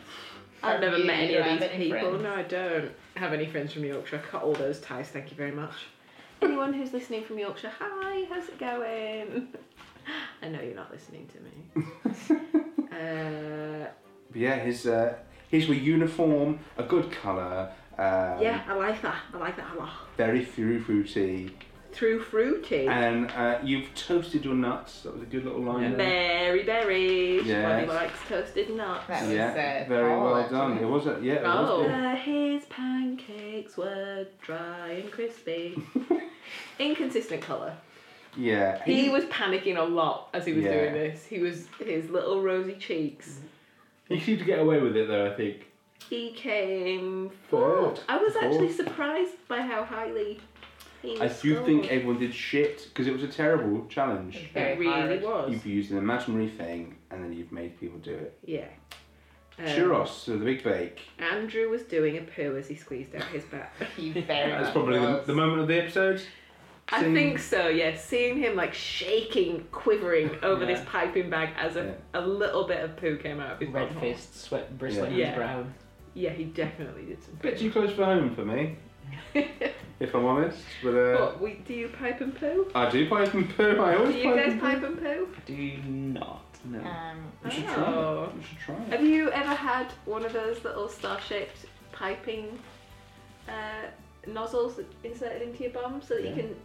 Speaker 2: I've never
Speaker 3: You
Speaker 2: met any
Speaker 3: have
Speaker 2: of these
Speaker 3: any
Speaker 2: people.
Speaker 3: friends?
Speaker 2: No, I don't have any friends from Yorkshire. I cut all those ties, thank you very much. Anyone who's listening from Yorkshire, hi, how's it going? I know you're not listening to me. uh,
Speaker 1: but yeah, his uh, his were uniform, a good colour, um,
Speaker 2: yeah, I like that. I like that a lot.
Speaker 1: very fru- fruity,
Speaker 2: Through fruity.
Speaker 1: and uh, you've toasted your nuts. That was a good little line. there.
Speaker 2: Berry berries. Everybody
Speaker 1: Yes.
Speaker 2: likes toasted nuts.
Speaker 3: That was
Speaker 1: Yeah,
Speaker 3: uh,
Speaker 1: very
Speaker 3: Paul,
Speaker 1: well
Speaker 3: actually.
Speaker 1: done. It was a yeah, it was
Speaker 2: Oh.
Speaker 1: good.
Speaker 2: Uh, his pancakes were dry and crispy. Inconsistent colour.
Speaker 1: yeah.
Speaker 2: He was panicking a lot as he was
Speaker 1: Yeah. Mm-hmm.
Speaker 2: doing this. He was his little rosy cheeks.
Speaker 1: He seemed to get away with it though, I think.
Speaker 2: He came fourth.
Speaker 1: Fourth.
Speaker 2: I was actually
Speaker 1: Fourth.
Speaker 2: surprised by how highly he
Speaker 1: I do
Speaker 2: scored.
Speaker 1: think everyone did shit because it was a terrible challenge.
Speaker 2: it really was.
Speaker 1: You've used an imaginary thing and then you've made people do it.
Speaker 2: Yeah. Um,
Speaker 1: Churros, so the big bake.
Speaker 2: Andrew was doing a poo as he squeezed out his back.
Speaker 3: He very
Speaker 1: That's
Speaker 3: much
Speaker 1: probably the,
Speaker 3: was.
Speaker 1: the moment of the episode.
Speaker 2: I
Speaker 1: Seeing-
Speaker 2: think so, yes. Seeing him like shaking, quivering over this piping bag as a, a little bit of poo came out of his bum.
Speaker 4: Red-faced, sweat bristling
Speaker 2: Yeah.
Speaker 4: on his brow.
Speaker 2: Yeah, he definitely did some poo.
Speaker 1: Bit too close for home for me, if I'm honest. But uh,
Speaker 2: What, we, do you pipe and poo?
Speaker 1: I do pipe and poo. I
Speaker 2: Do
Speaker 1: always
Speaker 2: you
Speaker 1: pipe
Speaker 2: guys
Speaker 1: and poo.
Speaker 2: pipe and poo?
Speaker 4: Do not. No.
Speaker 2: Uh,
Speaker 3: Um,
Speaker 1: We should try
Speaker 2: Oh.
Speaker 1: it. We should try it.
Speaker 2: Have you ever had one of those little star-shaped piping uh, nozzles that inserted into your bum so that
Speaker 1: Yeah.
Speaker 2: you can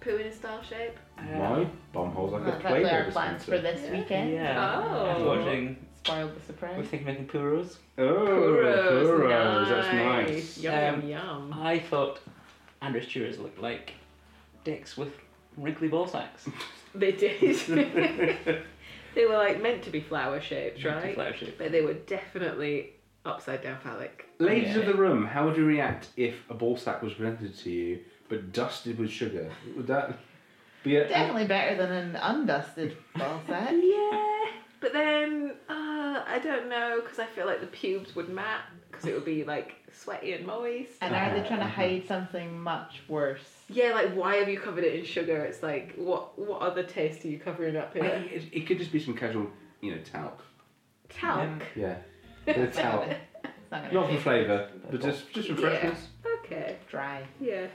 Speaker 2: poo in a star shape?
Speaker 1: My bum hole's like a
Speaker 3: that's actually our
Speaker 1: Play-Doh
Speaker 3: plans for
Speaker 1: dispenser.
Speaker 3: this weekend.
Speaker 4: Yeah.
Speaker 2: Oh.
Speaker 4: We're watching.
Speaker 3: Spoiled the
Speaker 4: We're
Speaker 3: surprise.
Speaker 4: thinking of making puros.
Speaker 1: Oh, puros, that's nice.
Speaker 2: Yum,
Speaker 4: Um,
Speaker 2: yum, yum.
Speaker 4: I thought Andrew's churros looked like dicks with wrinkly ball sacks.
Speaker 2: They did. they were like meant to be flower shaped, right?
Speaker 4: Flower shape.
Speaker 2: But they were definitely upside down phallic.
Speaker 1: Ladies
Speaker 4: Yeah.
Speaker 1: of the room, how would you react if a ball sack was presented to you but dusted with sugar? Would that But yeah,
Speaker 3: Definitely better than an undusted ball sack.
Speaker 2: Yeah, but then uh, I don't know because I feel like the pubes would mat because it would be like sweaty and moist.
Speaker 3: And are they trying
Speaker 1: Uh-huh.
Speaker 3: to hide something much worse?
Speaker 2: Yeah, like why have you covered it in sugar? It's like what what other taste are you covering up
Speaker 1: I-
Speaker 2: here?
Speaker 1: it, it could just be some casual, you know, talc.
Speaker 2: Talc.
Speaker 1: Yeah. The talc.
Speaker 3: It's not gonna
Speaker 1: Not for
Speaker 3: taste
Speaker 1: flavour, but just just for
Speaker 2: Yeah.
Speaker 1: freshness.
Speaker 2: Okay.
Speaker 3: dry.
Speaker 2: Yeah.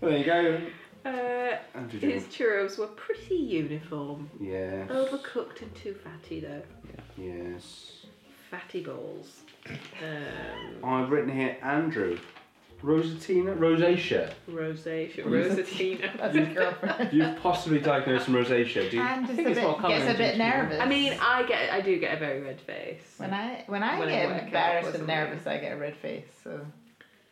Speaker 1: Well, there you go.
Speaker 2: Uh,
Speaker 1: Andrew
Speaker 2: his
Speaker 1: Jones.
Speaker 2: churros were pretty uniform.
Speaker 1: Yes.
Speaker 2: Overcooked and too fatty though.
Speaker 1: Yes.
Speaker 2: Fatty balls. Um,
Speaker 1: I've written here Andrew. Rosatina? Rosacea.
Speaker 2: rosacea. Rosatina.
Speaker 3: That's his girlfriend.
Speaker 1: You've possibly diagnosed some rosacea. Do you?
Speaker 3: And just
Speaker 4: think
Speaker 3: a
Speaker 4: it's more
Speaker 3: bit,
Speaker 4: common
Speaker 3: gets a
Speaker 4: in
Speaker 3: bit
Speaker 4: Japan.
Speaker 3: nervous.
Speaker 2: I mean, I get, I do get a very red face.
Speaker 3: when I when I
Speaker 2: when I work
Speaker 3: get
Speaker 2: out or
Speaker 3: embarrassed and
Speaker 2: something.
Speaker 3: nervous, I get a red face. So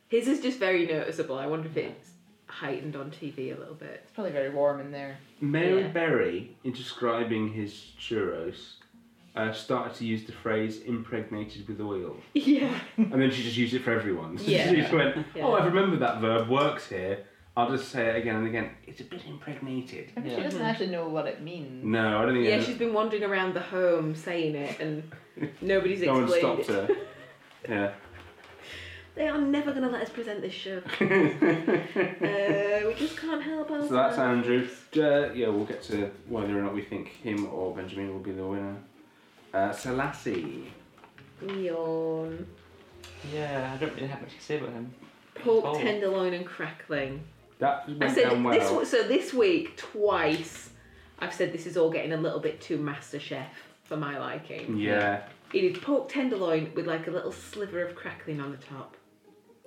Speaker 2: His is just very noticeable. I wonder if it's heightened on TV a little bit.
Speaker 3: it's probably very warm in there.
Speaker 1: Mary
Speaker 2: Yeah.
Speaker 1: Berry, in describing his churros, uh, started to use the phrase impregnated with oil.
Speaker 2: Yeah.
Speaker 1: And then she just used it for everyone. So
Speaker 2: Yeah.
Speaker 1: she just went,
Speaker 2: Yeah.
Speaker 1: oh, I remember that verb works here. I'll just say it again and again. It's a bit impregnated.
Speaker 3: Maybe
Speaker 4: Yeah.
Speaker 3: she doesn't actually know what it means.
Speaker 1: No, I don't think
Speaker 2: Yeah,
Speaker 1: I-
Speaker 2: she's been wandering around the home saying it, and nobody's
Speaker 1: no one
Speaker 2: explained
Speaker 1: stopped
Speaker 2: it.
Speaker 1: her. Yeah.
Speaker 2: They are never going to let us present this show. Uh, we just can't help ourselves.
Speaker 1: so that's Andrew. Uh, yeah, we'll get to whether or not we think him or Benjamin will be the winner. Uh, Selassie.
Speaker 2: Yawn.
Speaker 4: Yeah, I don't really have much to say about him.
Speaker 2: Pork
Speaker 4: Oh.
Speaker 2: tenderloin and crackling.
Speaker 1: That went
Speaker 2: I said
Speaker 1: down
Speaker 2: this.
Speaker 1: well.
Speaker 2: w- So this week, twice, I've said this is all getting a little bit too Master Chef for my liking.
Speaker 1: yeah.
Speaker 2: It is pork tenderloin with like a little sliver of crackling on the top.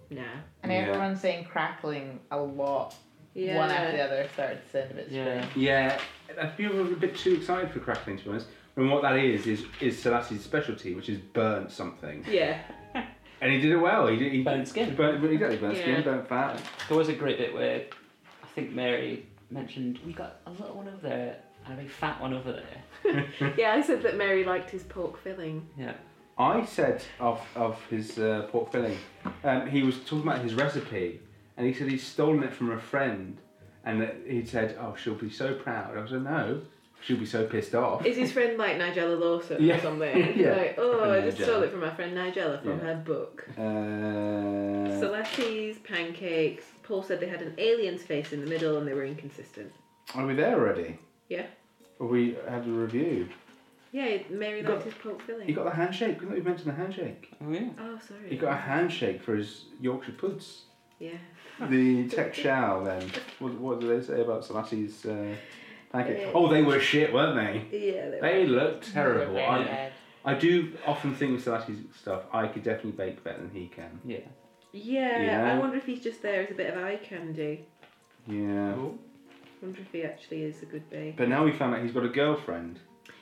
Speaker 2: No.
Speaker 3: And
Speaker 1: Yeah.
Speaker 3: everyone's saying crackling a lot.
Speaker 2: Yeah.
Speaker 3: One after the other started to sound a bit strange.
Speaker 4: Yeah.
Speaker 1: Yeah, I feel a bit too excited for crackling to be honest. And what that is is is Selassie's specialty, which is burnt something.
Speaker 2: Yeah.
Speaker 1: And he did it well. He, did, he
Speaker 4: Burnt skin.
Speaker 1: Burnt, exactly, burnt
Speaker 2: Yeah.
Speaker 1: skin, burnt fat.
Speaker 4: There was a great bit where I think Mary mentioned we got a little one over there and a big fat one over there.
Speaker 2: Yeah, I said that Mary liked his pork filling.
Speaker 4: Yeah.
Speaker 1: I said of of his uh, pork filling, um, he was talking about his recipe, and he said he's stolen it from a friend, and that he said, "Oh, she'll be so proud." I was like, "No, she'll be so pissed off."
Speaker 2: Is his friend like Nigella Lawson
Speaker 1: Yeah.
Speaker 2: or something?
Speaker 1: Yeah.
Speaker 2: Like, oh, I just
Speaker 1: Nigella.
Speaker 2: stole it from my friend Nigella from
Speaker 1: Yeah.
Speaker 2: her book.
Speaker 1: Uh,
Speaker 2: Celestes, pancakes. Paul said they had an alien's face in the middle and they were inconsistent.
Speaker 1: are we there already?
Speaker 2: Yeah.
Speaker 1: Or we had a review.
Speaker 2: Yeah, Mary
Speaker 1: got-
Speaker 2: liked his pork filling.
Speaker 1: You got the handshake. We mentioned the handshake.
Speaker 4: Oh yeah.
Speaker 2: oh, sorry.
Speaker 1: He got a handshake for his Yorkshire puds.
Speaker 2: yeah.
Speaker 1: The tech chow then. What, what do they say about Salassi's uh, pancake?
Speaker 2: Uh,
Speaker 1: Oh, they were shit, weren't they?
Speaker 2: Yeah, they
Speaker 1: They looked terrible.
Speaker 3: Very
Speaker 1: I,
Speaker 3: bad.
Speaker 1: I do often think with Salassi's stuff, I could definitely bake better than he can.
Speaker 4: Yeah.
Speaker 2: Yeah,
Speaker 1: Yeah.
Speaker 2: I wonder if he's just there as a bit of eye candy.
Speaker 1: Yeah.
Speaker 2: I wonder if he actually is a good babe.
Speaker 1: But now we found out he's got a girlfriend.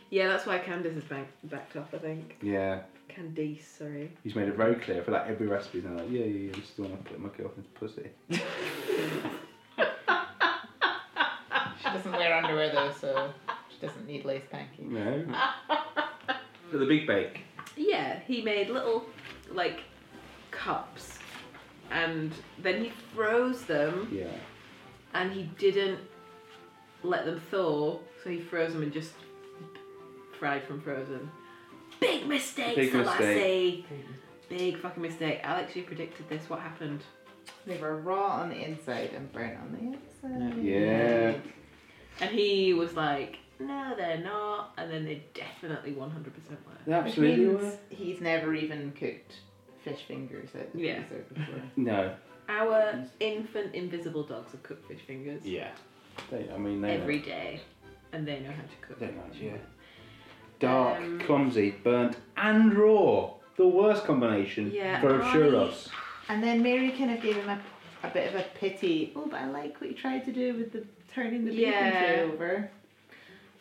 Speaker 2: Yeah, that's why Candice has back, backed off, I think.
Speaker 1: Yeah.
Speaker 2: Candice, sorry.
Speaker 1: He's made it very clear for like every recipe. He's now like, yeah, yeah, yeah, I'm still going to put my girlfriend's pussy.
Speaker 3: She doesn't wear underwear though, so she doesn't need lace pancakes.
Speaker 1: No. For the big bake.
Speaker 2: Yeah, he made little, like, cups. And then he froze them
Speaker 1: Yeah.
Speaker 2: and he didn't let them thaw, so he froze them and just fried from frozen. Big mistake,
Speaker 1: Big
Speaker 2: Big
Speaker 1: mistake.
Speaker 2: Big fucking mistake. Alex, you predicted this. What happened?
Speaker 3: They were raw on the inside and burnt on the outside.
Speaker 1: Yeah.
Speaker 2: And he was like, no, they're not. And then they definitely 100% were.
Speaker 1: They
Speaker 3: Which
Speaker 1: absolutely
Speaker 3: means
Speaker 1: were.
Speaker 3: he's never even cooked fish fingers at the
Speaker 2: Yeah.
Speaker 3: freezer before.
Speaker 1: No.
Speaker 2: Our infant invisible dogs have cooked fish fingers
Speaker 1: Yeah. They, I mean, they
Speaker 2: every day. And they know how to cook.
Speaker 1: Don't know, yeah. Dark,
Speaker 2: Um,
Speaker 1: clumsy, burnt, and raw. The worst combination
Speaker 2: Yeah,
Speaker 1: for
Speaker 2: I-
Speaker 1: churros.
Speaker 3: And then Mary kind of gave him a, a bit of a pity. Oh, but I like what you tried to do with the turning the
Speaker 2: Yeah.
Speaker 3: bacon tray over.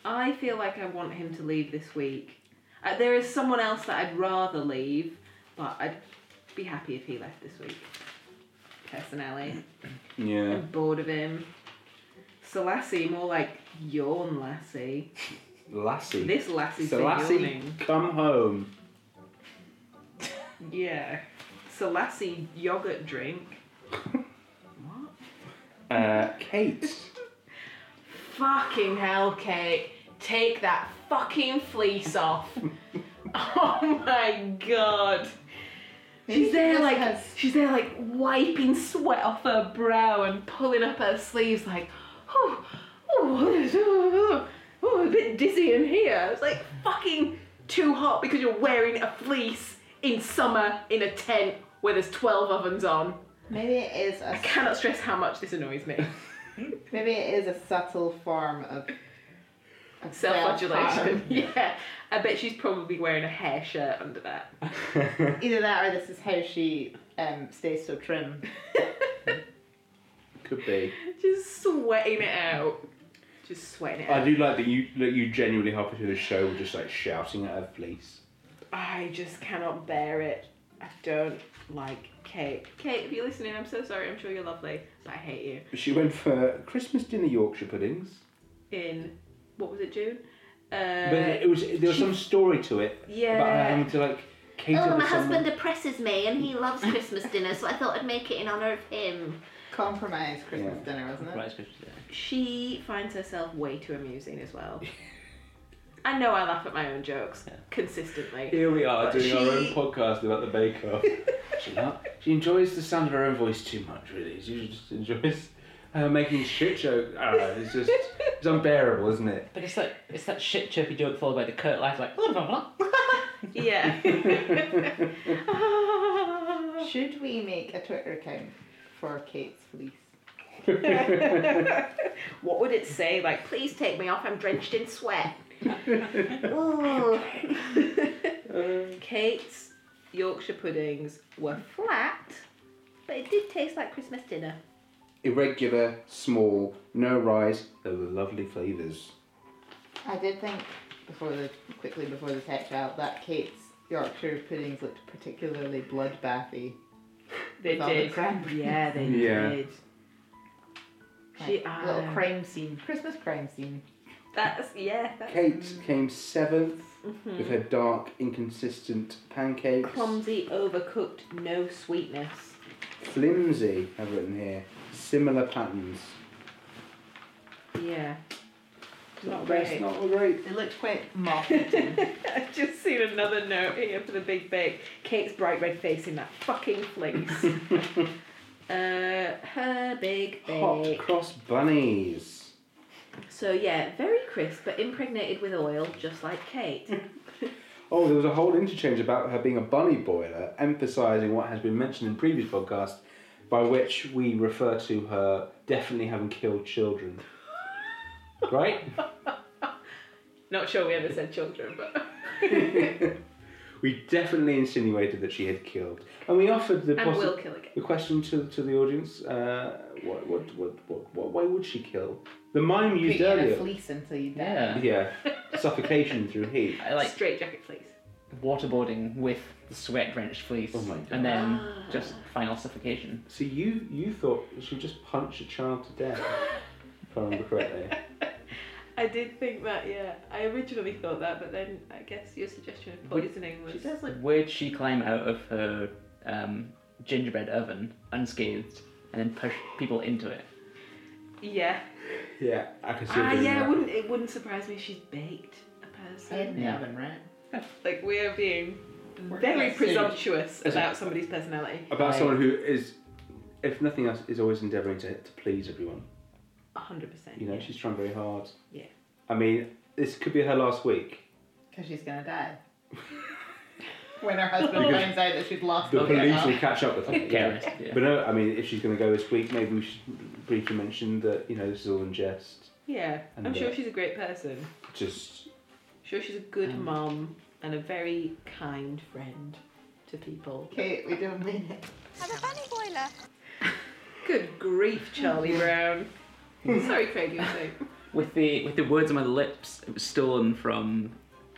Speaker 2: I feel like I want him to leave this week. Uh, there is someone else that I'd rather leave, but I'd be happy if he left this week. Personally,
Speaker 1: Yeah.
Speaker 2: I'm bored of him. Selassie, more like yawn lassie.
Speaker 1: Lassie.
Speaker 2: This lassie's
Speaker 1: So
Speaker 2: been
Speaker 1: Lassie,
Speaker 2: yawning.
Speaker 1: come home.
Speaker 2: Yeah. Selassie yogurt drink. what?
Speaker 1: Uh, Kate.
Speaker 3: Fucking hell, Kate. Take that fucking fleece off.
Speaker 2: Oh my god.
Speaker 3: Maybe
Speaker 2: She's there
Speaker 3: this
Speaker 2: like
Speaker 3: has-
Speaker 2: she's there like wiping sweat off her brow and pulling up her sleeves like oh oh, oh, a bit dizzy in here. It's like fucking too hot because you're wearing a fleece in summer in a tent where there's 12 ovens on.
Speaker 3: Maybe it is a
Speaker 2: I cannot stress how much this annoys me.
Speaker 3: maybe it is a subtle form of, of
Speaker 2: Self-flagellation.
Speaker 3: self-harm.
Speaker 2: Yeah. I bet she's probably wearing a hair shirt under that.
Speaker 3: Either that, or this is how she um, stays so trim.
Speaker 1: Could be.
Speaker 2: Just sweating it out. Just sweating it out.
Speaker 1: I do like that you that you genuinely hop into the show just like shouting at her fleece.
Speaker 2: I just cannot bear it. I don't like Kate. Kate, if you're listening, I'm so sorry. I'm sure you're lovely, but I hate you.
Speaker 1: She went for Christmas dinner Yorkshire puddings,
Speaker 2: In what was it, June?
Speaker 1: but
Speaker 2: Uh,
Speaker 1: it um, was there was some story to it about her
Speaker 2: yeah. Oh,
Speaker 1: having to like
Speaker 6: Oh,
Speaker 1: cater to someone.
Speaker 6: oppresses me and he loves Christmas dinner, so I thought I'd make it in honour of him.
Speaker 3: Compromise Christmas
Speaker 1: Yeah.
Speaker 3: dinner, wasn't it?
Speaker 4: Right, it's Christmas Day.
Speaker 2: she finds herself way too amusing as well. I know I laugh at my own jokes consistently.
Speaker 1: Here we are
Speaker 2: But
Speaker 1: doing our own
Speaker 2: she-
Speaker 1: podcast about the Bake Off. she, not, she enjoys the sound of her own voice too much, really. She just enjoys her making shit joke. I don't know, it's just it's unbearable, isn't it?
Speaker 4: But it's like it's that shit chirpy joke followed by the curt laugh, like blah blah blah.
Speaker 2: Yeah.
Speaker 3: Should we make a Twitter account for Kate's fleece?
Speaker 2: what would it say? Like, please take me off. I'm drenched in sweat.
Speaker 3: Ooh.
Speaker 2: Kate's Yorkshire puddings were flat, but it did taste like Christmas dinner.
Speaker 1: Irregular, small, no rise. They were lovely flavours.
Speaker 3: I did think before the quickly before the tech out that Kate's Yorkshire puddings looked particularly bloodbathy.
Speaker 2: They
Speaker 3: With all the cranberries.
Speaker 2: yeah, they
Speaker 1: Yeah.
Speaker 2: did.
Speaker 3: Like,
Speaker 2: She
Speaker 3: little
Speaker 2: ah,
Speaker 3: crime scene, Christmas crime scene.
Speaker 2: That's yeah. That's
Speaker 1: Kate came 7th
Speaker 2: Mm-hmm.
Speaker 1: with her dark, inconsistent pancakes.
Speaker 2: clumsy, overcooked, no sweetness.
Speaker 1: Flimsy, I've written here. Similar patterns.
Speaker 2: Yeah. Not
Speaker 1: Best, not great.
Speaker 3: It looked quite moth-eaten.
Speaker 2: I've just seen another note here for the big bake. Kate's bright red face in that fucking fleece. uh, her big
Speaker 1: Hot
Speaker 2: bake.
Speaker 1: cross bunnies.
Speaker 2: So yeah, very crisp but impregnated with oil, just like Kate.
Speaker 1: Oh, there was a whole interchange about her being a bunny boiler, emphasising what has been mentioned in previous podcasts, by which we refer to her definitely having killed children. right?
Speaker 2: Not sure we ever said children, but
Speaker 1: We definitely insinuated that she had killed, and we offered the,
Speaker 2: and
Speaker 1: possi-
Speaker 2: will kill again.
Speaker 1: the question to, to the audience: uh, what, what, what, what, what way would she kill? The mime
Speaker 3: Put
Speaker 1: used
Speaker 3: you in a
Speaker 1: earlier.
Speaker 3: fleece until you die.
Speaker 4: Yeah.
Speaker 1: Yeah, suffocation through heat.
Speaker 4: I like
Speaker 2: Straight jacket, please.
Speaker 4: waterboarding with the sweat drenched fleece.
Speaker 1: Oh my God.
Speaker 4: And then just final suffocation.
Speaker 1: So you you thought she would just punch a child to death, if I remember correctly.
Speaker 2: I did think that, yeah. I originally thought that, but then I guess your suggestion of poisoning was.
Speaker 4: She does like where'd she climb out of her um, gingerbread oven unscathed and then push people into it?
Speaker 2: Yeah.
Speaker 1: Yeah, I can see. her
Speaker 2: Ah,
Speaker 1: doing
Speaker 2: yeah.
Speaker 1: that.
Speaker 2: It wouldn't it wouldn't surprise me if she's baked a person.
Speaker 3: In the
Speaker 4: Yeah.
Speaker 3: oven, right?
Speaker 2: Like we are being
Speaker 3: We're
Speaker 2: very
Speaker 3: not
Speaker 2: presumptuous
Speaker 1: Is it-
Speaker 2: about somebody's personality.
Speaker 1: about
Speaker 4: I-
Speaker 1: someone who is, if nothing else, is always endeavouring to, to please everyone.
Speaker 2: A hundred percent.
Speaker 1: You know, she's trying very hard.
Speaker 2: Yeah.
Speaker 1: I mean, this could be her last week.
Speaker 3: Because she's gonna die. when her husband
Speaker 1: Because
Speaker 3: finds out that she's lost
Speaker 1: The
Speaker 3: the
Speaker 1: police
Speaker 3: enough.
Speaker 2: uh,
Speaker 1: will catch up with her.
Speaker 4: Yeah. yeah.
Speaker 1: But no, I mean, if she's going to go this week, maybe we should briefly mention that you know this is all in jest.
Speaker 2: Yeah.
Speaker 1: And
Speaker 2: I'm
Speaker 1: the-
Speaker 2: sure she's a great person.
Speaker 1: Just
Speaker 2: Sure, she's a good mum and a very kind friend to people.
Speaker 3: Kate, we don't mean it.
Speaker 6: Have a bunny boiler.
Speaker 2: Good grief, Charlie Brown. Sorry, Craig, you're saying.
Speaker 4: With the with the words on my lips, it was stolen from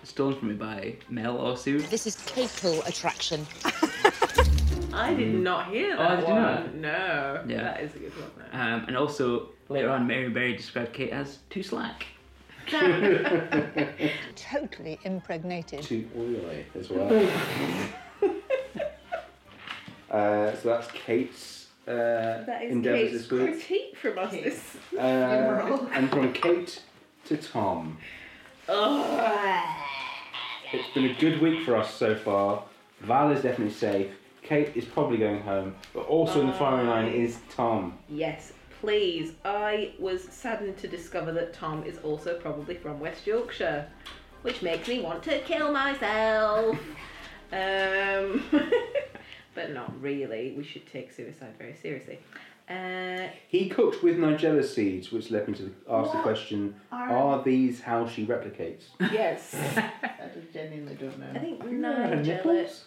Speaker 4: stolen from me by Mel or Sue.
Speaker 7: This is Keiko attraction.
Speaker 2: I did not hear
Speaker 4: Oh,
Speaker 2: that
Speaker 4: did you
Speaker 2: one.
Speaker 4: not?
Speaker 2: No.
Speaker 4: Yeah.
Speaker 2: That is a good one. though.
Speaker 4: Um, and also later on, Mary Berry described Kate as too slack.
Speaker 7: Totally impregnated.
Speaker 1: too oily as well. uh, so that's Kate's uh,
Speaker 2: That is
Speaker 1: endeavours
Speaker 2: Kate's
Speaker 1: this week.
Speaker 2: critique from us.
Speaker 3: Kate.
Speaker 2: This.
Speaker 1: Uh, and from Kate to Tom.
Speaker 2: Ugh.
Speaker 1: It's been a good week for us so far. Val is definitely safe. Kate is probably going home, but also in the firing line is Tom.
Speaker 2: Yes, please. I was saddened to discover that Tom is also probably from West Yorkshire, which makes me want to kill myself. um, but not really. We should take suicide very seriously. Uh,
Speaker 1: He cooked with Nigella seeds, which led me to ask the question:
Speaker 3: Are-
Speaker 1: Are these how she replicates?
Speaker 2: yes.
Speaker 3: I just genuinely don't
Speaker 2: I
Speaker 3: know.
Speaker 2: think
Speaker 1: Her
Speaker 2: Nigella.
Speaker 1: nipples?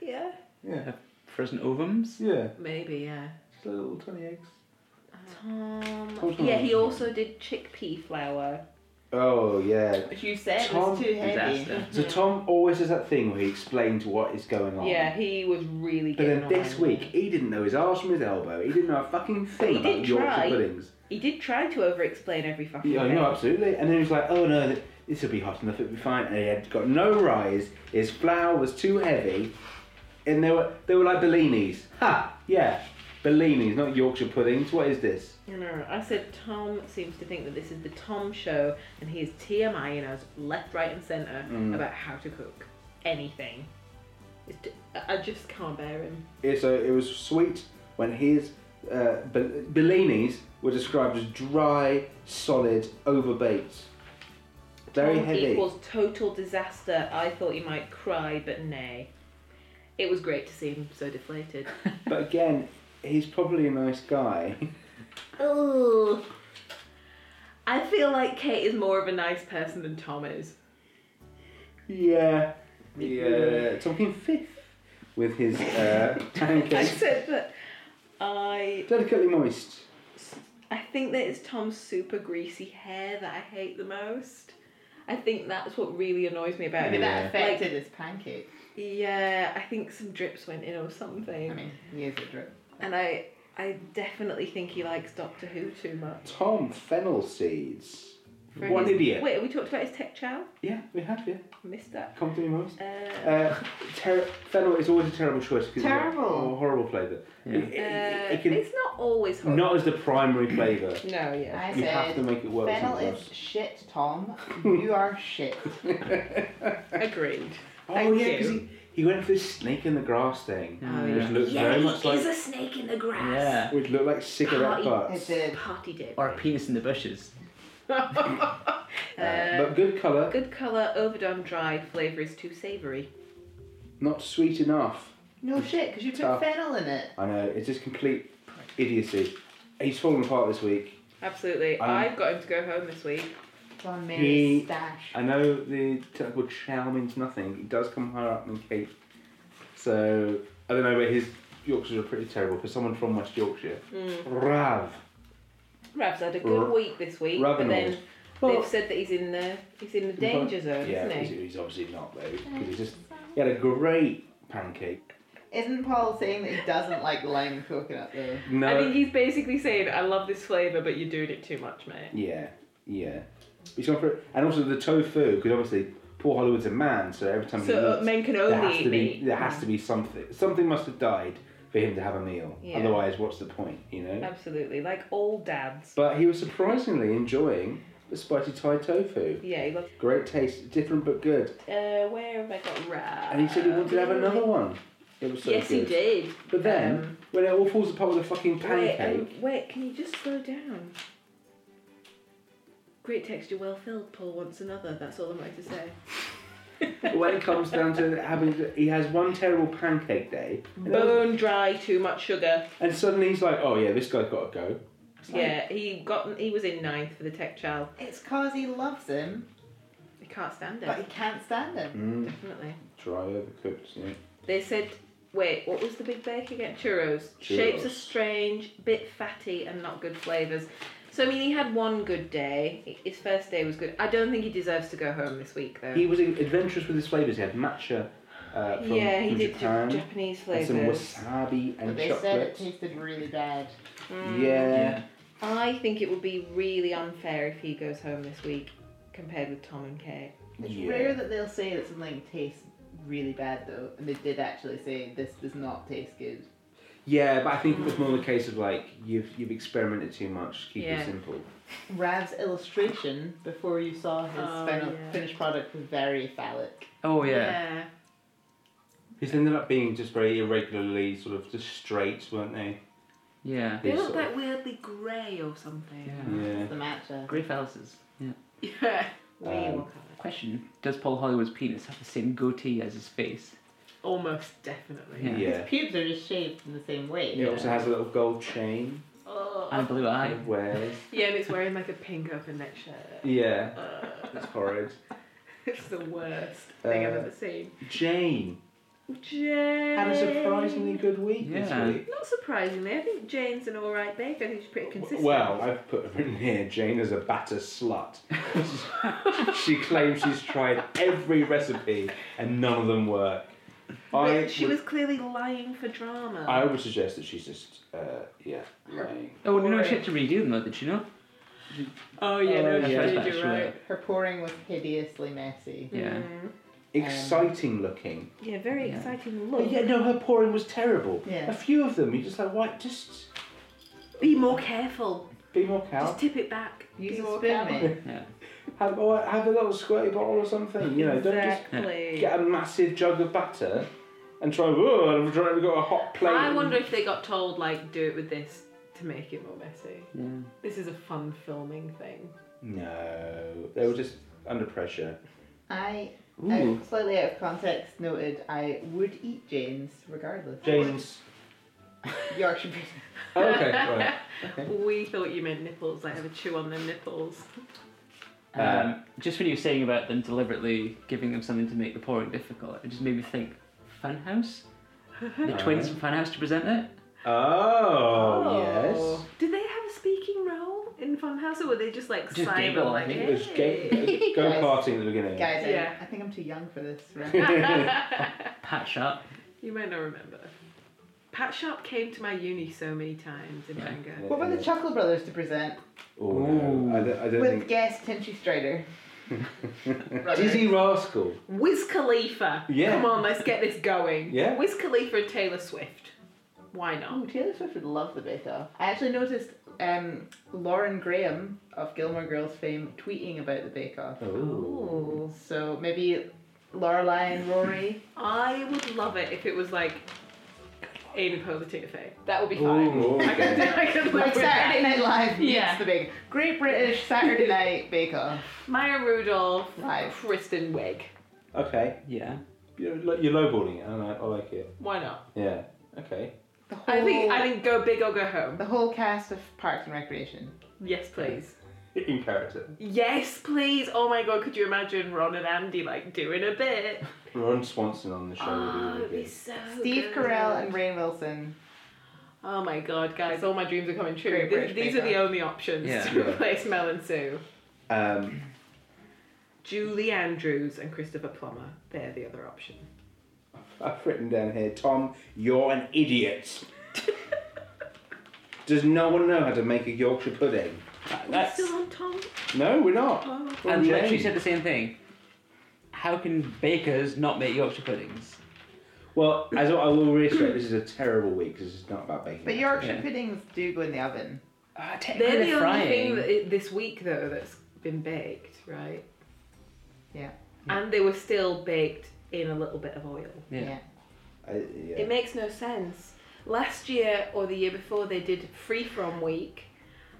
Speaker 2: Yeah.
Speaker 1: Yeah,
Speaker 4: Frozen ovums.
Speaker 1: yeah,
Speaker 2: Maybe, yeah.
Speaker 1: just little tiny eggs.
Speaker 2: Tom.
Speaker 1: Tom.
Speaker 2: Yeah, he also did chickpea flour.
Speaker 1: Oh yeah.
Speaker 3: But you said it
Speaker 1: Tom
Speaker 3: was too heavy.
Speaker 4: Disaster.
Speaker 1: So Tom always does that thing where he explains what is going on.
Speaker 2: Yeah, he was really
Speaker 1: But
Speaker 2: good.
Speaker 1: then this week, he didn't know his arse from his elbow. He didn't know a fucking thing
Speaker 2: He
Speaker 1: about
Speaker 2: did
Speaker 1: Yorkshire
Speaker 2: try.
Speaker 1: puddings.
Speaker 2: He did try to over explain every fucking
Speaker 1: Yeah,
Speaker 2: thing.
Speaker 1: no, absolutely. And then he was like, oh no, th- this will be hot enough, it'll be fine. And he had got no rise, his flour was too heavy, and they were, they were like Bellinis. Ha! Yeah, Bellinis, not Yorkshire puddings. What is this?
Speaker 2: No, no, I said Tom seems to think that this is the Tom show, and he is TMIing us left, right, and centre
Speaker 1: Mm.
Speaker 2: about how to cook anything. It's t- I I just can't bear him.
Speaker 1: Yeah, so it was sweet when his uh, Be- Bellinis were described as dry, solid, overbaked. Very
Speaker 2: Tom
Speaker 1: heavy.
Speaker 2: equals total disaster. I thought you might cry, but nay. It was great to see him so deflated.
Speaker 1: But again, he's probably a nice guy.
Speaker 2: Ooh. I feel like Kate is more of a nice person than Tom is.
Speaker 1: Yeah. Yeah. Talking fifth with his uh,
Speaker 2: I
Speaker 1: pancakes.
Speaker 2: said that I
Speaker 1: Delicately moist.
Speaker 2: I think that it's Tom's super greasy hair that I hate the most. I think that's what really annoys me about
Speaker 3: Maybe
Speaker 2: him.
Speaker 3: that
Speaker 1: Yeah.
Speaker 3: affected his pancake.
Speaker 2: Yeah, I think some drips went in or something.
Speaker 3: I mean, he is a drip.
Speaker 2: and I I definitely think he likes Doctor Who too much.
Speaker 1: Tom Fennel Seeds.
Speaker 2: For
Speaker 1: What
Speaker 2: his-
Speaker 1: idiot.
Speaker 2: Wait, we talked about his tech chow?
Speaker 1: Yeah, we have, yeah.
Speaker 2: Missed that.
Speaker 1: Comfortably moist.
Speaker 2: Uh,
Speaker 1: Uh, ter- fennel is always a terrible choice because
Speaker 3: Terrible.
Speaker 1: a horrible flavour. It, it-
Speaker 2: uh,
Speaker 1: it can,
Speaker 2: it's not always hot.
Speaker 1: not as the primary flavour.
Speaker 2: No, yeah.
Speaker 3: I
Speaker 1: You
Speaker 3: said,
Speaker 1: have to make it work
Speaker 3: Fennel
Speaker 1: somewhere
Speaker 3: is shit, Tom. You are shit.
Speaker 2: Agreed.
Speaker 1: oh
Speaker 2: Thank
Speaker 1: yeah, because
Speaker 2: you.
Speaker 1: he, he went for the snake in the grass thing,
Speaker 2: Oh,
Speaker 1: which
Speaker 2: yeah.
Speaker 1: looked
Speaker 6: Yeah,
Speaker 1: very
Speaker 6: he
Speaker 1: much like
Speaker 6: is a snake in the grass.
Speaker 4: Yeah.
Speaker 1: which looked like cigarette
Speaker 6: Party.
Speaker 1: butts.
Speaker 3: It did.
Speaker 6: Party dip.
Speaker 4: Or a penis in the bushes.
Speaker 1: Uh, but good colour,
Speaker 2: Good colour, overdone, dry. Flavour is too savoury.
Speaker 1: not sweet enough.
Speaker 3: No shit, because you put
Speaker 1: Tough.
Speaker 3: fennel in it.
Speaker 1: I know, it's just complete idiocy. He's fallen apart this week.
Speaker 2: Absolutely.
Speaker 1: Um,
Speaker 2: I've got him to go home this week.
Speaker 3: It's on Mary's
Speaker 1: He-
Speaker 3: stash.
Speaker 1: I know the technical chow means nothing. It does come higher up than Kate. So, I don't know, but his Yorkshires are pretty terrible for someone from West Yorkshire.
Speaker 2: Mm.
Speaker 1: Rav.
Speaker 2: Rav's had a good
Speaker 1: R-
Speaker 2: week this week, but
Speaker 1: Ravenel.
Speaker 2: then
Speaker 1: Well-
Speaker 2: they've said that he's in the he's in the danger zone,
Speaker 1: yeah,
Speaker 2: isn't
Speaker 1: he's,
Speaker 2: he?
Speaker 1: he's obviously not, though. 'cause he's just, he had a great pancake.
Speaker 3: Isn't Paul saying that he doesn't like lime coconut though?
Speaker 1: No.
Speaker 2: I think he's basically saying, "I love this flavour, but you're doing it too much, mate."
Speaker 1: yeah, yeah. He's gone for it. And also the tofu, because obviously poor Hollywood's a man, so every time
Speaker 2: So
Speaker 1: he
Speaker 2: uh,
Speaker 1: eats,
Speaker 2: men can
Speaker 1: there
Speaker 2: only
Speaker 1: has
Speaker 2: eat
Speaker 1: to be
Speaker 2: meat.
Speaker 1: there has to be something. Something must have died for him to have a meal.
Speaker 2: Yeah.
Speaker 1: Otherwise, what's the point? You know.
Speaker 2: Absolutely, like all dads.
Speaker 1: But he was surprisingly enjoying the spicy Thai tofu.
Speaker 2: Yeah, he loves.
Speaker 1: Great taste, different but good.
Speaker 2: Uh, where have I got Rav?
Speaker 1: And he said he wanted to have another one. It was so
Speaker 2: yes,
Speaker 1: good.
Speaker 2: he did.
Speaker 1: But then,
Speaker 2: Um,
Speaker 1: when it all falls apart with a fucking
Speaker 2: Wait,
Speaker 1: pancake,
Speaker 2: um, wait, can you just slow down? Great texture, well filled. Paul wants another. That's all I'm going to say.
Speaker 1: when it comes down to having, to, he has one terrible pancake day, and,
Speaker 2: Bone dry, too much sugar.
Speaker 1: and suddenly he's like, "Oh yeah, this guy's got to go."
Speaker 2: Yeah, he got he was in ninth for the tech child.
Speaker 3: It's cause he loves him,
Speaker 2: I can't stand
Speaker 3: but
Speaker 2: it.
Speaker 3: he can't stand him.
Speaker 1: Mm,
Speaker 2: Definitely.
Speaker 1: dry, overcooked. Yeah.
Speaker 2: They said, wait, what was the big bake again? Churros. Shapes are
Speaker 1: Churros.
Speaker 2: strange, bit fatty, and not good flavors. So I mean, he had one good day. His first day was good. I don't think he deserves to go home this week though.
Speaker 1: He was adventurous with his flavors. He had matcha uh, from,
Speaker 2: yeah, he
Speaker 1: from
Speaker 2: did
Speaker 1: Japan.
Speaker 2: Ja- Japanese
Speaker 1: and some
Speaker 2: flavors.
Speaker 1: wasabi and
Speaker 3: But they said it
Speaker 1: chocolate.
Speaker 3: tasted really bad.
Speaker 1: Yeah.
Speaker 2: I think it would be really unfair if he goes home this week compared with Tom and Kate.
Speaker 3: It's
Speaker 1: Yeah.
Speaker 3: rare that they'll say that something tastes really bad though, and they did actually say this does not taste good.
Speaker 1: Yeah, but I think it was more the case of like you've you've experimented too much. Keep
Speaker 2: Yeah.
Speaker 1: it simple.
Speaker 3: Rav's illustration before you saw his
Speaker 2: Oh,
Speaker 3: final,
Speaker 2: yeah.
Speaker 3: finished product was very phallic.
Speaker 4: Oh yeah.
Speaker 2: yeah.
Speaker 1: These ended up being just very irregularly sort of just straight, weren't they?
Speaker 4: Yeah.
Speaker 2: They
Speaker 1: These
Speaker 2: look
Speaker 1: sort
Speaker 2: like weirdly grey or something.
Speaker 4: Yeah.
Speaker 1: of- yeah.
Speaker 3: The matcha.
Speaker 4: Grey phalluses. Yeah.
Speaker 2: Yeah.
Speaker 1: Um,
Speaker 2: Weird colour.
Speaker 4: Question: Does Paul Hollywood's penis have the same goatee as his face?
Speaker 2: Almost definitely.
Speaker 4: Yeah.
Speaker 1: Yeah.
Speaker 3: Pubes are just shaved in the same way.
Speaker 1: It also has a little gold chain
Speaker 4: And a
Speaker 2: Oh.
Speaker 4: blue
Speaker 1: kind
Speaker 4: eye.
Speaker 1: of wears.
Speaker 2: Yeah, and it's wearing like a pink open neck shirt.
Speaker 1: Yeah,
Speaker 2: Uh,
Speaker 1: it's horrid.
Speaker 2: it's the worst thing I've
Speaker 1: Uh,
Speaker 2: ever seen.
Speaker 1: Jane
Speaker 2: Jane.
Speaker 1: had a surprisingly good week
Speaker 4: Yeah.
Speaker 1: this week.
Speaker 2: Not surprisingly, I think Jane's an alright babe. I think she's pretty consistent.
Speaker 1: Well, I've put her in here. Jane is a batter slut. she claims she's tried every recipe and none of them work. I
Speaker 2: But she
Speaker 1: would,
Speaker 2: was clearly lying for drama.
Speaker 1: I would suggest that she's just, uh, yeah, lying.
Speaker 4: Oh no,
Speaker 2: Boring.
Speaker 4: she had to redo them though, did she not?
Speaker 2: oh yeah,
Speaker 3: Oh,
Speaker 2: no,
Speaker 3: yeah,
Speaker 2: she
Speaker 4: that's
Speaker 2: did. You're
Speaker 4: true.
Speaker 2: right.
Speaker 3: Her pouring was hideously messy.
Speaker 4: Yeah.
Speaker 1: Exciting looking.
Speaker 2: Yeah, very
Speaker 4: Yeah.
Speaker 2: exciting
Speaker 1: But
Speaker 2: look.
Speaker 1: yeah, no, her pouring was terrible.
Speaker 3: Yeah.
Speaker 1: A few of them, you're just like, why? Just
Speaker 2: Be more careful.
Speaker 1: be more careful.
Speaker 2: Just tip it back.
Speaker 3: Use
Speaker 2: Be
Speaker 3: a
Speaker 2: more
Speaker 3: spoon,
Speaker 2: careful.
Speaker 3: mate.
Speaker 4: Yeah.
Speaker 1: Have, or have a little squirty bottle or something. You know, don't just
Speaker 2: exactly.
Speaker 1: get a massive jug of batter and try. Whoa, I've already got a hot plate.
Speaker 2: I
Speaker 1: and-
Speaker 2: wonder if they got told like do it with this to make it more messy.
Speaker 4: Yeah.
Speaker 2: This is a fun filming thing.
Speaker 1: No, they were just under pressure.
Speaker 3: I,
Speaker 4: Ooh.
Speaker 3: uh, slightly out of context, noted I would eat Jane's regardless.
Speaker 1: James.
Speaker 3: Yorkshire pudding.
Speaker 1: Oh, okay, right.
Speaker 2: We thought you meant nipples. I have a chew on them nipples.
Speaker 4: Um, just when you were saying about them deliberately giving them something to make the pouring difficult, it just made me think Funhouse? The twins from Funhouse to present it?
Speaker 1: Oh, yes.
Speaker 2: Did they have a speaking role in Funhouse, or were they just like
Speaker 4: Just
Speaker 2: Simon?
Speaker 4: giggle, I
Speaker 2: like,
Speaker 4: think.
Speaker 1: It was
Speaker 2: "Hey."
Speaker 1: ga- go karting at the beginning.
Speaker 3: Guys, I-
Speaker 2: Yeah.
Speaker 3: I, think I'm too young for this. Right?
Speaker 4: Pat Sharp.
Speaker 2: You might not remember. Pat Sharp came to my uni so many times in
Speaker 4: Yeah.
Speaker 2: anger.
Speaker 3: what were the Chuckle Brothers to present
Speaker 1: Oh, no. I don't, I don't
Speaker 3: with
Speaker 1: think.
Speaker 3: guest Tinchy Strider?
Speaker 1: Dizzy Rascal.
Speaker 2: Wiz Khalifa.
Speaker 1: Yeah.
Speaker 2: Come on, let's get this going.
Speaker 1: Yeah.
Speaker 2: Wiz Khalifa and Taylor Swift. Why
Speaker 3: Oh,
Speaker 2: not?
Speaker 3: Taylor Swift would love the bake off. I actually noticed um, Lauren Graham of Gilmore Girls fame tweeting about the bake off.
Speaker 1: Oh.
Speaker 3: So maybe Lorelai and Rory.
Speaker 2: I would love it if it was like Aiden Posey Faye. That would be fine.
Speaker 1: Ooh,
Speaker 2: I could,
Speaker 1: okay.
Speaker 2: I could live
Speaker 3: like
Speaker 2: with that.
Speaker 3: Saturday Night Live meets
Speaker 2: Yeah.
Speaker 3: the big Great British Saturday Night Bake Off.
Speaker 2: Maya Rudolph,
Speaker 3: Live.
Speaker 2: Kristen Wiig.
Speaker 1: okay.
Speaker 4: Yeah.
Speaker 1: You're, lo- you're lowballing it, and I, I like it.
Speaker 2: Why not?
Speaker 1: Yeah. Okay.
Speaker 3: The whole,
Speaker 2: I think I think go big or go home.
Speaker 3: the whole cast of Parks and Recreation.
Speaker 2: Yes, please.
Speaker 1: In character.
Speaker 2: Yes, please. Oh my god, could you imagine Ron and Andy like doing a bit?
Speaker 1: Ron Swanson on the show
Speaker 2: Oh,
Speaker 1: would be
Speaker 2: it'd be
Speaker 1: really
Speaker 2: so
Speaker 3: Steve
Speaker 2: good.
Speaker 3: Carell and Rain Wilson.
Speaker 2: Oh my god, guys, all my dreams are coming true.
Speaker 3: Great
Speaker 2: These,
Speaker 3: British
Speaker 2: these are the
Speaker 3: Bake
Speaker 2: only options
Speaker 4: Yeah.
Speaker 2: to
Speaker 1: Yeah.
Speaker 2: replace Mel and Sue.
Speaker 1: good. Um,
Speaker 2: Julie Andrews and Christopher Plummer. They're the other option.
Speaker 1: I've written down here, Tom, you're an idiot. Does no one know how to make a Yorkshire pudding?
Speaker 4: That- That's,
Speaker 2: Still on Tom?
Speaker 1: No, we're not.
Speaker 2: Oh.
Speaker 1: We're
Speaker 4: and literally
Speaker 1: Jane.
Speaker 4: said the same thing. How can bakers not make Yorkshire puddings?
Speaker 1: Well, as I I will reiterate, this is a terrible week because it's not about baking.
Speaker 3: But Yorkshire
Speaker 4: Yeah.
Speaker 3: puddings do go in the oven.
Speaker 4: Ah,
Speaker 2: They're
Speaker 4: technically
Speaker 2: the only thing
Speaker 4: frying.
Speaker 2: that it, this week though that's been baked, right?
Speaker 3: Yeah.
Speaker 2: And they were still baked in a little bit of oil.
Speaker 4: Yeah.
Speaker 1: I, yeah.
Speaker 2: It makes no sense. Last year or the year before, they did free from week.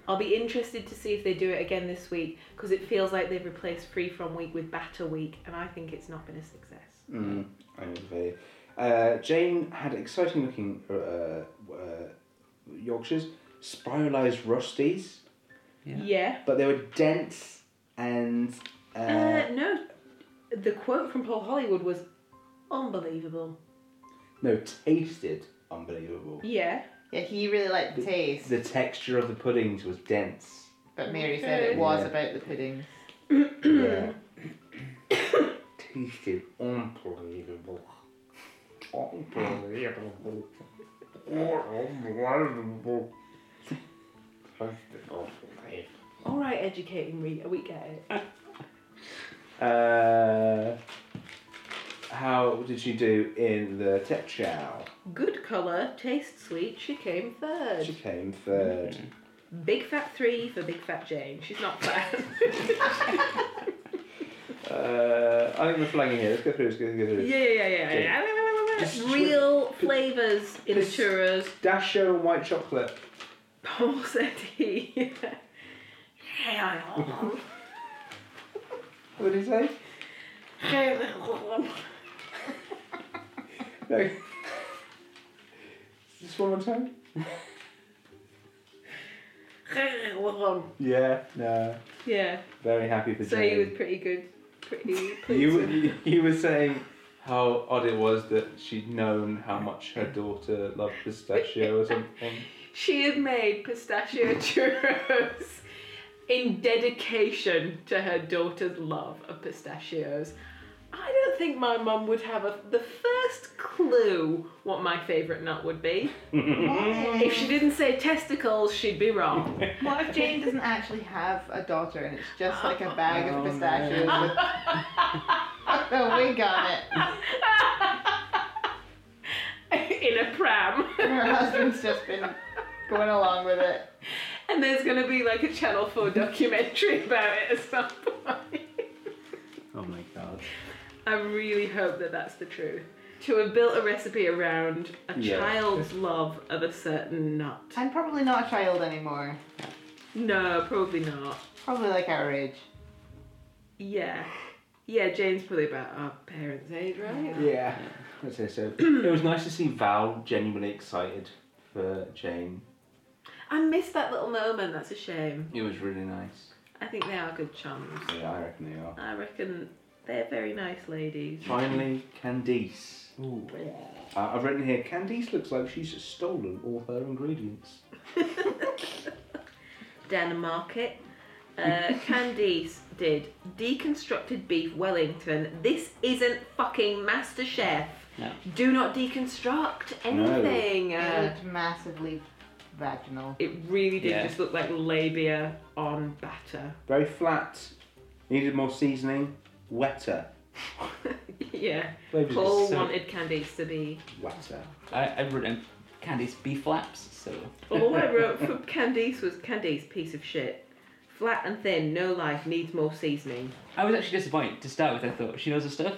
Speaker 2: I'll be interested to see if they do it again this week because it feels like they've replaced free from week with batter week, and I think it's not been a success.
Speaker 1: Mm, I would say. Uh, Jane had exciting looking uh, uh, Yorkshires, spiralised rusties,
Speaker 4: Yeah.
Speaker 2: Yeah.
Speaker 1: but they were dense and. Uh,
Speaker 2: Uh, no, the quote from Paul Hollywood was unbelievable.
Speaker 1: no, tasted unbelievable.
Speaker 2: Yeah.
Speaker 3: Yeah, he really liked the taste,
Speaker 1: The texture of the puddings was dense.
Speaker 3: but Mary said it
Speaker 2: Okay.
Speaker 3: was
Speaker 1: Yeah.
Speaker 3: about the puddings.
Speaker 1: Yeah. Tasted unbelievable. Unbelievable. Unbelievable. Tasted unbelievable.
Speaker 2: All right, educating we we get it.
Speaker 1: Uh, how did she do in the tech chow?
Speaker 2: Good colour, taste sweet, she came third.
Speaker 1: She came third.
Speaker 2: Big fat three for Big Fat Jane. She's not fat.
Speaker 1: Uh, I think we're flagging here. Let's go through. Let's go, go through.
Speaker 2: Mm. yeah, yeah, yeah, yeah.
Speaker 1: Just-
Speaker 2: yeah. Real flavours in the
Speaker 1: Just-
Speaker 2: churros.
Speaker 1: Dasher and white chocolate.
Speaker 2: Paul said he.
Speaker 1: What did he say? No. Just one more time. Yeah. No.
Speaker 2: yeah,
Speaker 1: Very happy for
Speaker 2: so
Speaker 1: Jane.
Speaker 2: he was pretty good. Pretty
Speaker 1: You,
Speaker 2: pleased.
Speaker 1: were-
Speaker 2: with-
Speaker 1: you, you were saying how odd it was that she'd known how much her daughter loved pistachio or something.
Speaker 2: She had made pistachio churros in dedication to her daughter's love of pistachios. I don't think my mum would have a, the first clue what my favourite nut would be. if she didn't say testicles, she'd be wrong.
Speaker 3: What if Jane doesn't actually have a daughter and it's just like a bag
Speaker 1: Oh,
Speaker 3: of
Speaker 1: no.
Speaker 3: pistachios with a wig on it?
Speaker 2: in a pram.
Speaker 3: And her husband's just been going along with it.
Speaker 2: and there's going to be like a Channel 4 documentary about it at some point.
Speaker 1: Oh my god.
Speaker 2: I really hope that that's the truth. To have built a recipe around a
Speaker 1: Yeah.
Speaker 2: child's love of a certain nut.
Speaker 3: I'm probably not a child anymore.
Speaker 2: No, probably not.
Speaker 3: Probably like our age.
Speaker 2: Yeah. Yeah, Jane's probably about our parents' age, right?
Speaker 1: Yeah. I'd say so. it was nice to see Val genuinely excited for Jane.
Speaker 2: I missed that little moment, that's a shame.
Speaker 1: It was really nice.
Speaker 2: I think they are good chums.
Speaker 1: Yeah, I reckon they are.
Speaker 2: I reckon they're very nice ladies.
Speaker 1: Finally, Candice.
Speaker 4: Ooh.
Speaker 1: Uh, I've written here Candice looks like she's stolen all her ingredients.
Speaker 2: Down market. Uh, Candice did deconstructed beef Wellington. This isn't fucking Master Chef.
Speaker 4: No.
Speaker 2: Do not deconstruct anything.
Speaker 3: It
Speaker 2: Uh,
Speaker 3: looked massively vaginal.
Speaker 2: it really did
Speaker 4: Yeah.
Speaker 2: just look like labia on batter.
Speaker 1: Very flat, needed more seasoning, wetter.
Speaker 2: yeah.
Speaker 1: Flavours are
Speaker 2: Paul
Speaker 4: so-
Speaker 2: wanted Candice to be.
Speaker 1: wetter.
Speaker 4: I, I wrote in Candy's B flaps, so.
Speaker 2: All I wrote for Candice was Candice, piece of shit. Flat and thin, no life, needs more seasoning.
Speaker 4: I was actually disappointed to start with. I thought she knows her stuff.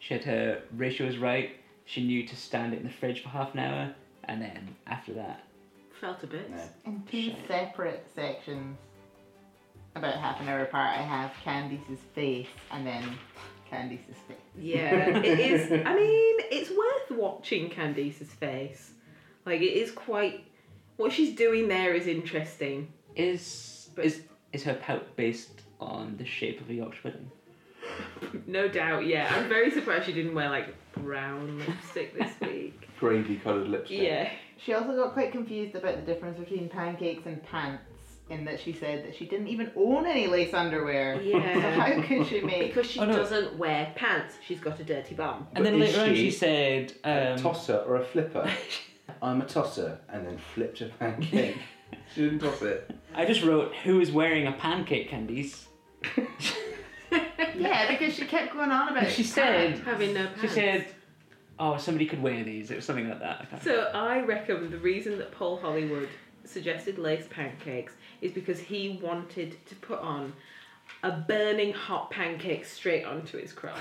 Speaker 4: She had her ratios right. She knew to stand it in the fridge for half an hour, and then after that,
Speaker 2: Felt a bit.
Speaker 1: No.
Speaker 3: In two
Speaker 4: Shite.
Speaker 3: separate sections, about half an hour apart, I have Candice's face and then Candice's face.
Speaker 2: Yeah, it is. I mean, it's worth watching Candice's face. Like, it is quite. What she's doing there is interesting.
Speaker 4: is is is her pout based on the shape of a Yorkshire pudding?
Speaker 2: No doubt, yeah. I'm very surprised she didn't wear, like, brown lipstick this week.
Speaker 1: Gravy coloured lipstick.
Speaker 2: Yeah.
Speaker 3: She also got quite confused about the difference between pancakes and pants, in that she said that she didn't even own any lace underwear. So
Speaker 2: Yeah.
Speaker 3: how could she make?
Speaker 2: Because she
Speaker 4: Oh, no.
Speaker 2: doesn't wear pants, she's got a dirty bum.
Speaker 1: But
Speaker 4: And then
Speaker 1: is
Speaker 4: later on,
Speaker 1: she
Speaker 4: she said,
Speaker 1: A
Speaker 4: um,
Speaker 1: tosser or a flipper? I'm a tosser, and then flipped a pancake. she didn't toss it.
Speaker 4: "I just wrote who is wearing a pancake, Candice."
Speaker 3: Yeah, because she kept going on about.
Speaker 4: She
Speaker 3: it.
Speaker 4: said,
Speaker 2: Having no pants.
Speaker 4: she said, "Oh, somebody could wear these." It was something like that. I can't
Speaker 2: So I reckon the reason that Paul Hollywood suggested lace pancakes is because he wanted to put on a burning hot pancake straight onto his crotch.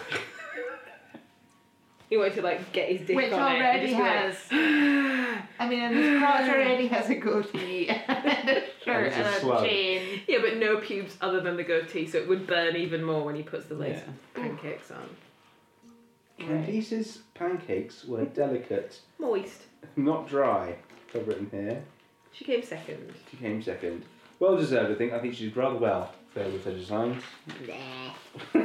Speaker 2: he wanted to like get his dick
Speaker 3: Which
Speaker 2: on it and
Speaker 3: already
Speaker 2: just be like,
Speaker 3: has. I mean, and this crotch already has a goatee and a
Speaker 1: And
Speaker 3: shirt
Speaker 1: it's a
Speaker 3: and a
Speaker 1: swag.
Speaker 3: chain.
Speaker 2: yeah, but no pubes other than the goatee, so it would burn even more when he puts the lace
Speaker 4: Yeah.
Speaker 2: pancakes on.
Speaker 1: Candice's pancakes were delicate,
Speaker 2: Moist.
Speaker 1: not dry. I've written here.
Speaker 2: She came second.
Speaker 1: She came second. Well deserved, I think. I think she did rather well there with her designs.
Speaker 2: Uh,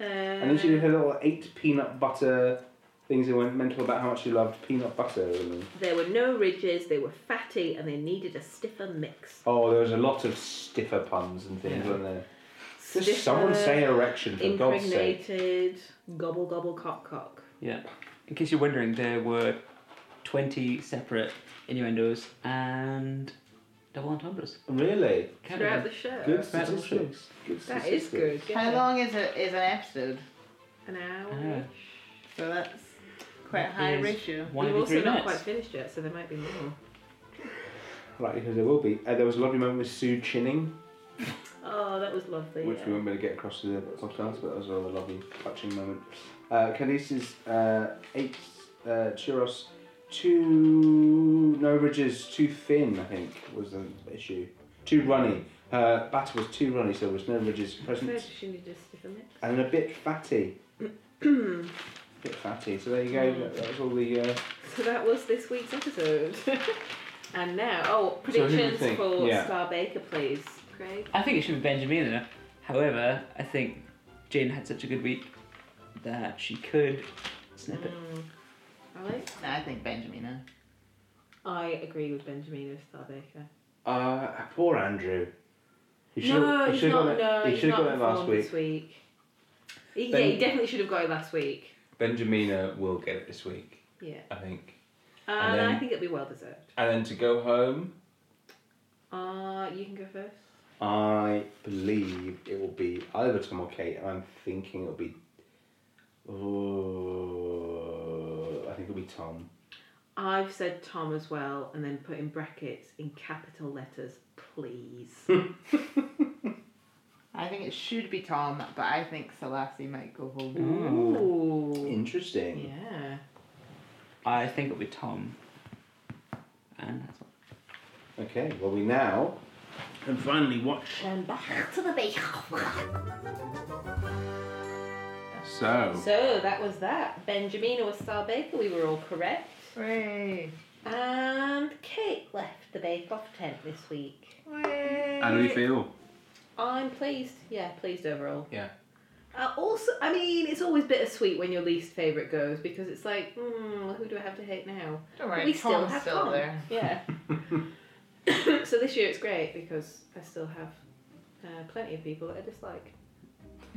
Speaker 1: And then she did her little eight peanut butter things and went mental about how much she loved peanut butter. And,
Speaker 2: there were no ridges, they were fatty, and they needed a stiffer mix.
Speaker 1: oh, there was a lot of stiffer puns and things,
Speaker 4: Yeah.
Speaker 1: weren't there? Just someone
Speaker 2: Stiffer.
Speaker 1: say erection, for God's sake.
Speaker 2: impregnated gobble gobble cock cock.
Speaker 4: Yeah. In case you're wondering, there were 20 separate innuendos and double entendres.
Speaker 1: Really?
Speaker 4: Count
Speaker 2: Throughout the
Speaker 4: them.
Speaker 2: show.
Speaker 1: Good
Speaker 4: That was
Speaker 1: statistics. Good
Speaker 2: That
Speaker 1: statistics.
Speaker 2: is good. yeah.
Speaker 3: How long is it? Is an episode?
Speaker 2: An hour.
Speaker 4: Yeah.
Speaker 3: So that's quite a high
Speaker 4: Is
Speaker 3: ratio.
Speaker 4: One
Speaker 2: We've
Speaker 4: every
Speaker 2: also
Speaker 4: three
Speaker 2: not
Speaker 4: minutes.
Speaker 2: quite finished yet, so there might be more.
Speaker 1: Right, because there will be. Uh, there was a lovely moment with Sue Chinning,
Speaker 2: Oh, that was lovely.
Speaker 1: which
Speaker 2: yeah.
Speaker 1: we weren't going to get across to the podcast, but that was a rather lovely, touching moment. Uh, Khaleesi's uh, eight uh, churros, too no ridges, too thin. I think was the issue. Too runny. Her batter was too runny, so there was no ridges
Speaker 2: Maybe
Speaker 1: present,
Speaker 2: she needed to stiffen it.
Speaker 1: and a bit fatty. bit fatty. So there you go.
Speaker 2: Mm.
Speaker 1: That, that was all the. Uh,
Speaker 2: So that was this week's episode. and now, oh,
Speaker 1: who do we
Speaker 2: predictions
Speaker 1: think?
Speaker 2: for
Speaker 1: Yeah.
Speaker 2: Star Baker, please, Craig.
Speaker 4: I think it should be Benjamina. However, I think Jane had such a good week that she could snip
Speaker 2: Mm.
Speaker 4: it.
Speaker 2: Alex?
Speaker 3: No, I think Benjamina.
Speaker 2: I agree with Benjamin of Star Baker.
Speaker 1: uh, poor Andrew. He should've-
Speaker 2: No,
Speaker 1: he
Speaker 2: he's
Speaker 1: should've
Speaker 2: not.
Speaker 1: got it-
Speaker 2: no,
Speaker 1: he
Speaker 2: he's
Speaker 1: should
Speaker 2: not
Speaker 1: have got it last
Speaker 2: performed
Speaker 1: week.
Speaker 2: this week. He-
Speaker 1: Ben-
Speaker 2: Yeah, he definitely should have got it last week.
Speaker 1: Benjamina will get it this week,
Speaker 2: Yeah,
Speaker 1: I think.
Speaker 2: and,
Speaker 1: then-
Speaker 2: I think it'll be well deserved.
Speaker 1: And then to go home,
Speaker 2: Uh, you can go first.
Speaker 1: I believe it will be either Tom or Kate, and I'm thinking it'll be. Oh, I think it'll be Tom.
Speaker 2: I've said Tom as well, and then put in brackets in capital letters, please.
Speaker 3: I think it should be Tom, but I think Selassie might go home.
Speaker 2: Ooh.
Speaker 1: Interesting.
Speaker 2: Yeah.
Speaker 4: I think it'll be Tom. And that's all.
Speaker 1: Okay, well, we now can finally watch.
Speaker 6: Turn back to the baker.
Speaker 1: So,
Speaker 2: So that was that. Benjamin was Star Baker, we were all correct.
Speaker 3: Hooray!
Speaker 2: And Kate left the Bake Off tent this week.
Speaker 1: how do we feel?
Speaker 2: I'm pleased. Yeah, pleased overall.
Speaker 1: Yeah.
Speaker 2: Uh, also, I mean, it's always bittersweet when your least favourite goes because it's like, hmm, who do I have to hate now? But
Speaker 3: Don't worry,
Speaker 2: we
Speaker 3: Tom's
Speaker 2: still have
Speaker 3: still
Speaker 2: Tom.
Speaker 3: there.
Speaker 2: Yeah. so this year it's great because I still have uh, plenty of people that I dislike.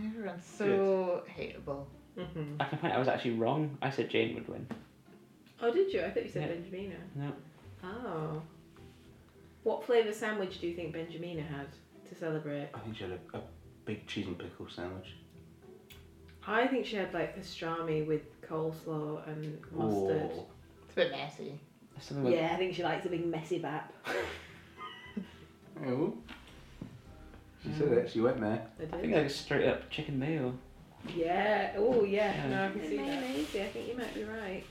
Speaker 3: Everyone's so hateable.
Speaker 2: Mm-hmm.
Speaker 4: I can point out I was actually wrong. I said Jane would win.
Speaker 2: Oh, did you? I thought you said
Speaker 4: Yeah.
Speaker 2: Benjamina.
Speaker 4: No.
Speaker 2: Oh. What flavour sandwich do you think Benjamina had to celebrate?
Speaker 1: I think she had a, a big cheese and pickle sandwich.
Speaker 2: I think she had like pastrami with coleslaw and mustard.
Speaker 1: Ooh.
Speaker 3: It's a bit messy.
Speaker 4: Something like
Speaker 2: I think she likes a big messy bap.
Speaker 1: Oh. She said it, she went there.
Speaker 2: I
Speaker 4: I
Speaker 2: did.
Speaker 4: think like straight up chicken mayo.
Speaker 2: Yeah. Oh, yeah.
Speaker 4: Yeah.
Speaker 2: No, I can see that. Maybe. I think you might be right.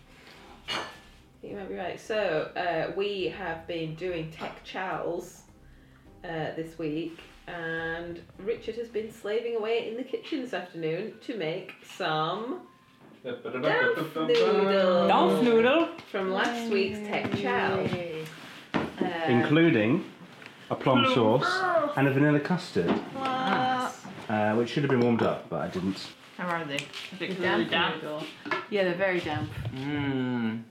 Speaker 2: I think you might be right. So uh, we have been doing Tech Charles uh, this week, and Richard has been slaving away in the kitchen this afternoon to make some Dampf
Speaker 1: Mm.
Speaker 2: noodles.
Speaker 4: Dolph noodle.
Speaker 2: from last week's Tech Charles.
Speaker 3: Yay.
Speaker 2: Uh,
Speaker 1: including a plum sauce and a vanilla custard, uh, which should have been warmed up, but I didn't.
Speaker 3: How are they?
Speaker 2: damp
Speaker 3: noodle. Yeah, they're very damp.
Speaker 1: Mm.
Speaker 4: Mmm.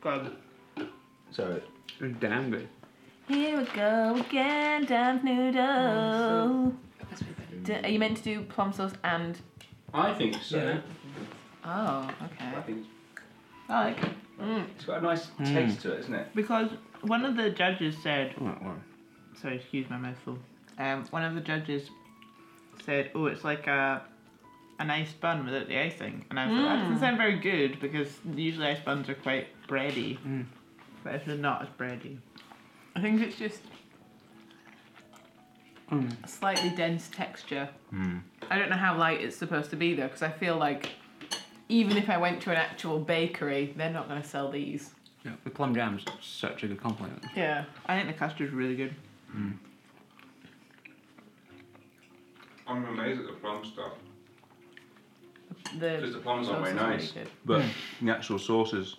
Speaker 3: God.
Speaker 1: So
Speaker 4: Damn good.
Speaker 2: Here we go again, damp noodle. D- are you meant to do plum sauce and?
Speaker 1: I think so.
Speaker 4: Yeah.
Speaker 3: Oh, okay.
Speaker 1: I think
Speaker 3: I like it.
Speaker 1: it's got a nice
Speaker 4: Mm.
Speaker 1: taste to it, isn't it?
Speaker 3: Because one of the judges said,
Speaker 1: Oh, That one.
Speaker 3: sorry, excuse my mouthful. Um, one of the judges said, "Oh, it's like a an ice bun without the icing," and I was like, "That doesn't sound very good because usually ice buns are quite bready, but this is not as bready." I think it's just a slightly dense texture. I don't know how light it's supposed to be though, because I feel like even if I went to an actual bakery, they're not going to sell these.
Speaker 4: Yeah, the plum jam's such a good compliment.
Speaker 3: Yeah, I think the custard's really good.
Speaker 8: I'm amazed at the plum stuff.
Speaker 3: The
Speaker 8: Because the plums aren't
Speaker 3: sauce
Speaker 8: very
Speaker 3: is really
Speaker 8: nice.
Speaker 3: good.
Speaker 1: But
Speaker 4: Mm.
Speaker 1: the actual sauces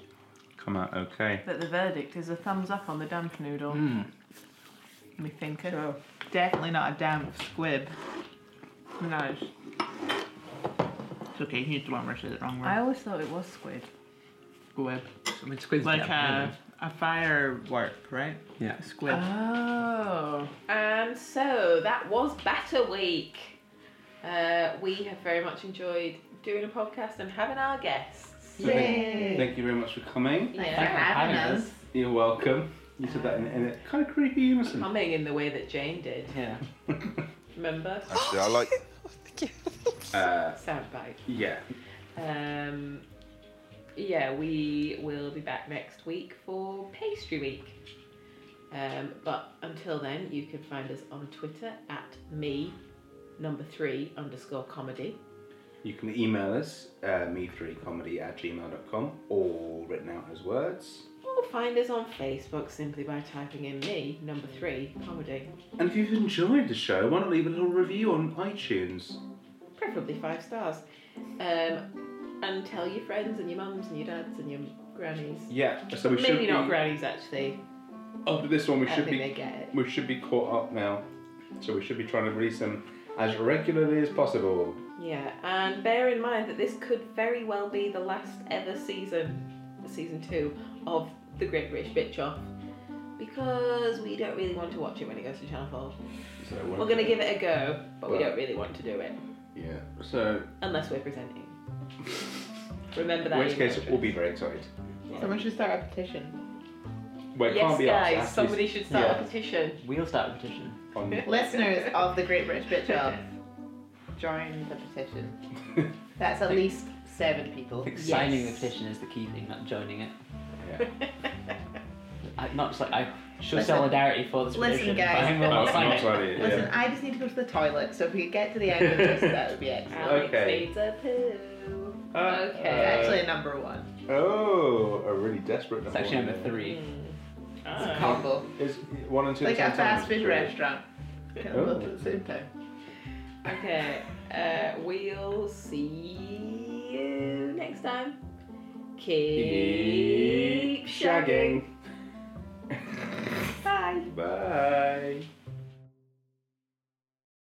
Speaker 1: come out okay.
Speaker 3: But the verdict is a thumbs up on the damp noodle.
Speaker 4: Mm.
Speaker 3: Me thinking. Definitely not a damp squib. No. It's it's okay, he's the one where I said the wrong word.
Speaker 2: I always thought it was squid.
Speaker 3: squib.
Speaker 4: I mean, squid's
Speaker 3: Like uh,
Speaker 4: damn,
Speaker 3: a, a firework, right?
Speaker 4: Yeah.
Speaker 3: A squib.
Speaker 2: Oh. And so that was Batter Week. Uh, we have very much enjoyed doing a podcast and having our guests.
Speaker 1: Thank, thank you very much for coming.
Speaker 2: Yeah.
Speaker 4: Thank you for having us.
Speaker 1: You're welcome. You said that in, in a kind of creepy unison.
Speaker 2: Humming in the way that Jane did.
Speaker 4: Yeah.
Speaker 2: Remember?
Speaker 1: Oh.
Speaker 8: Actually, I like.
Speaker 1: Uh,
Speaker 2: Soundbite.
Speaker 1: yeah.
Speaker 2: Um, yeah, we will be back next week for Pastry Week. Um, but until then, you can find us on Twitter at me number three underscore comedy.
Speaker 1: You can email us, uh, me3comedy at gmail.com, all written out as words.
Speaker 2: Or find us on Facebook simply by typing in me number three comedy,
Speaker 1: And if you've enjoyed the show, why not leave a little review on iTunes?
Speaker 2: preferably five stars. Um, and tell your friends and your mums and your dads and your grannies.
Speaker 1: Yeah, so we should
Speaker 2: Maybe not
Speaker 1: be,
Speaker 2: grannies actually.
Speaker 1: after this one. We
Speaker 2: I
Speaker 1: should
Speaker 2: think
Speaker 1: be
Speaker 2: they get it.
Speaker 1: we should be caught up now, so we should be trying to release them as regularly as possible.
Speaker 2: Yeah, and bear in mind that this could very well be the last ever season, season two of The Great British Bitch Off, because we don't really want to watch it when it goes to Channel 4.
Speaker 1: So
Speaker 2: We're going to give it a go, but we
Speaker 1: Well-
Speaker 2: don't really want to do it
Speaker 1: yeah. So
Speaker 2: unless we're presenting. Remember
Speaker 1: in
Speaker 2: that.
Speaker 1: which
Speaker 2: email
Speaker 1: case
Speaker 2: address.
Speaker 1: we'll be very excited.
Speaker 3: Someone should start a petition.
Speaker 1: Well, it
Speaker 2: Yes,
Speaker 1: can't be us, it
Speaker 2: guys,
Speaker 1: has to be-
Speaker 2: somebody should start
Speaker 1: yeah.
Speaker 2: a petition.
Speaker 4: We'll start a petition.
Speaker 1: on-
Speaker 3: Listeners of the Great British Bitch Off, join the petition. That's at least seven
Speaker 4: I
Speaker 3: people.
Speaker 4: think
Speaker 2: Yes.
Speaker 4: signing the petition is the key thing, not joining it.
Speaker 1: yeah.
Speaker 4: I, not just like I show
Speaker 3: Listen-
Speaker 4: solidarity for this
Speaker 3: listen,
Speaker 4: petition, but
Speaker 3: guys.
Speaker 4: I will
Speaker 1: Oh,
Speaker 4: not
Speaker 1: it's
Speaker 4: sign
Speaker 1: not
Speaker 4: it.
Speaker 1: sorry, yeah.
Speaker 3: Listen, I just need to go to the toilet, so if we get to the end of this, that would be excellent.
Speaker 2: Alex
Speaker 1: Okay.
Speaker 2: needs a poo.
Speaker 1: Uh,
Speaker 2: okay.
Speaker 3: It's actually a number one
Speaker 1: Oh, a really desperate.
Speaker 4: It's actually number three.
Speaker 2: Mm.
Speaker 3: combo.
Speaker 1: Is one and two
Speaker 3: Like
Speaker 1: at the
Speaker 3: a
Speaker 1: same time?
Speaker 3: fast food restaurant. Kind of both at the same time.
Speaker 2: Okay, uh, we'll see you next time. Keep shagging.
Speaker 1: Bye. Bye.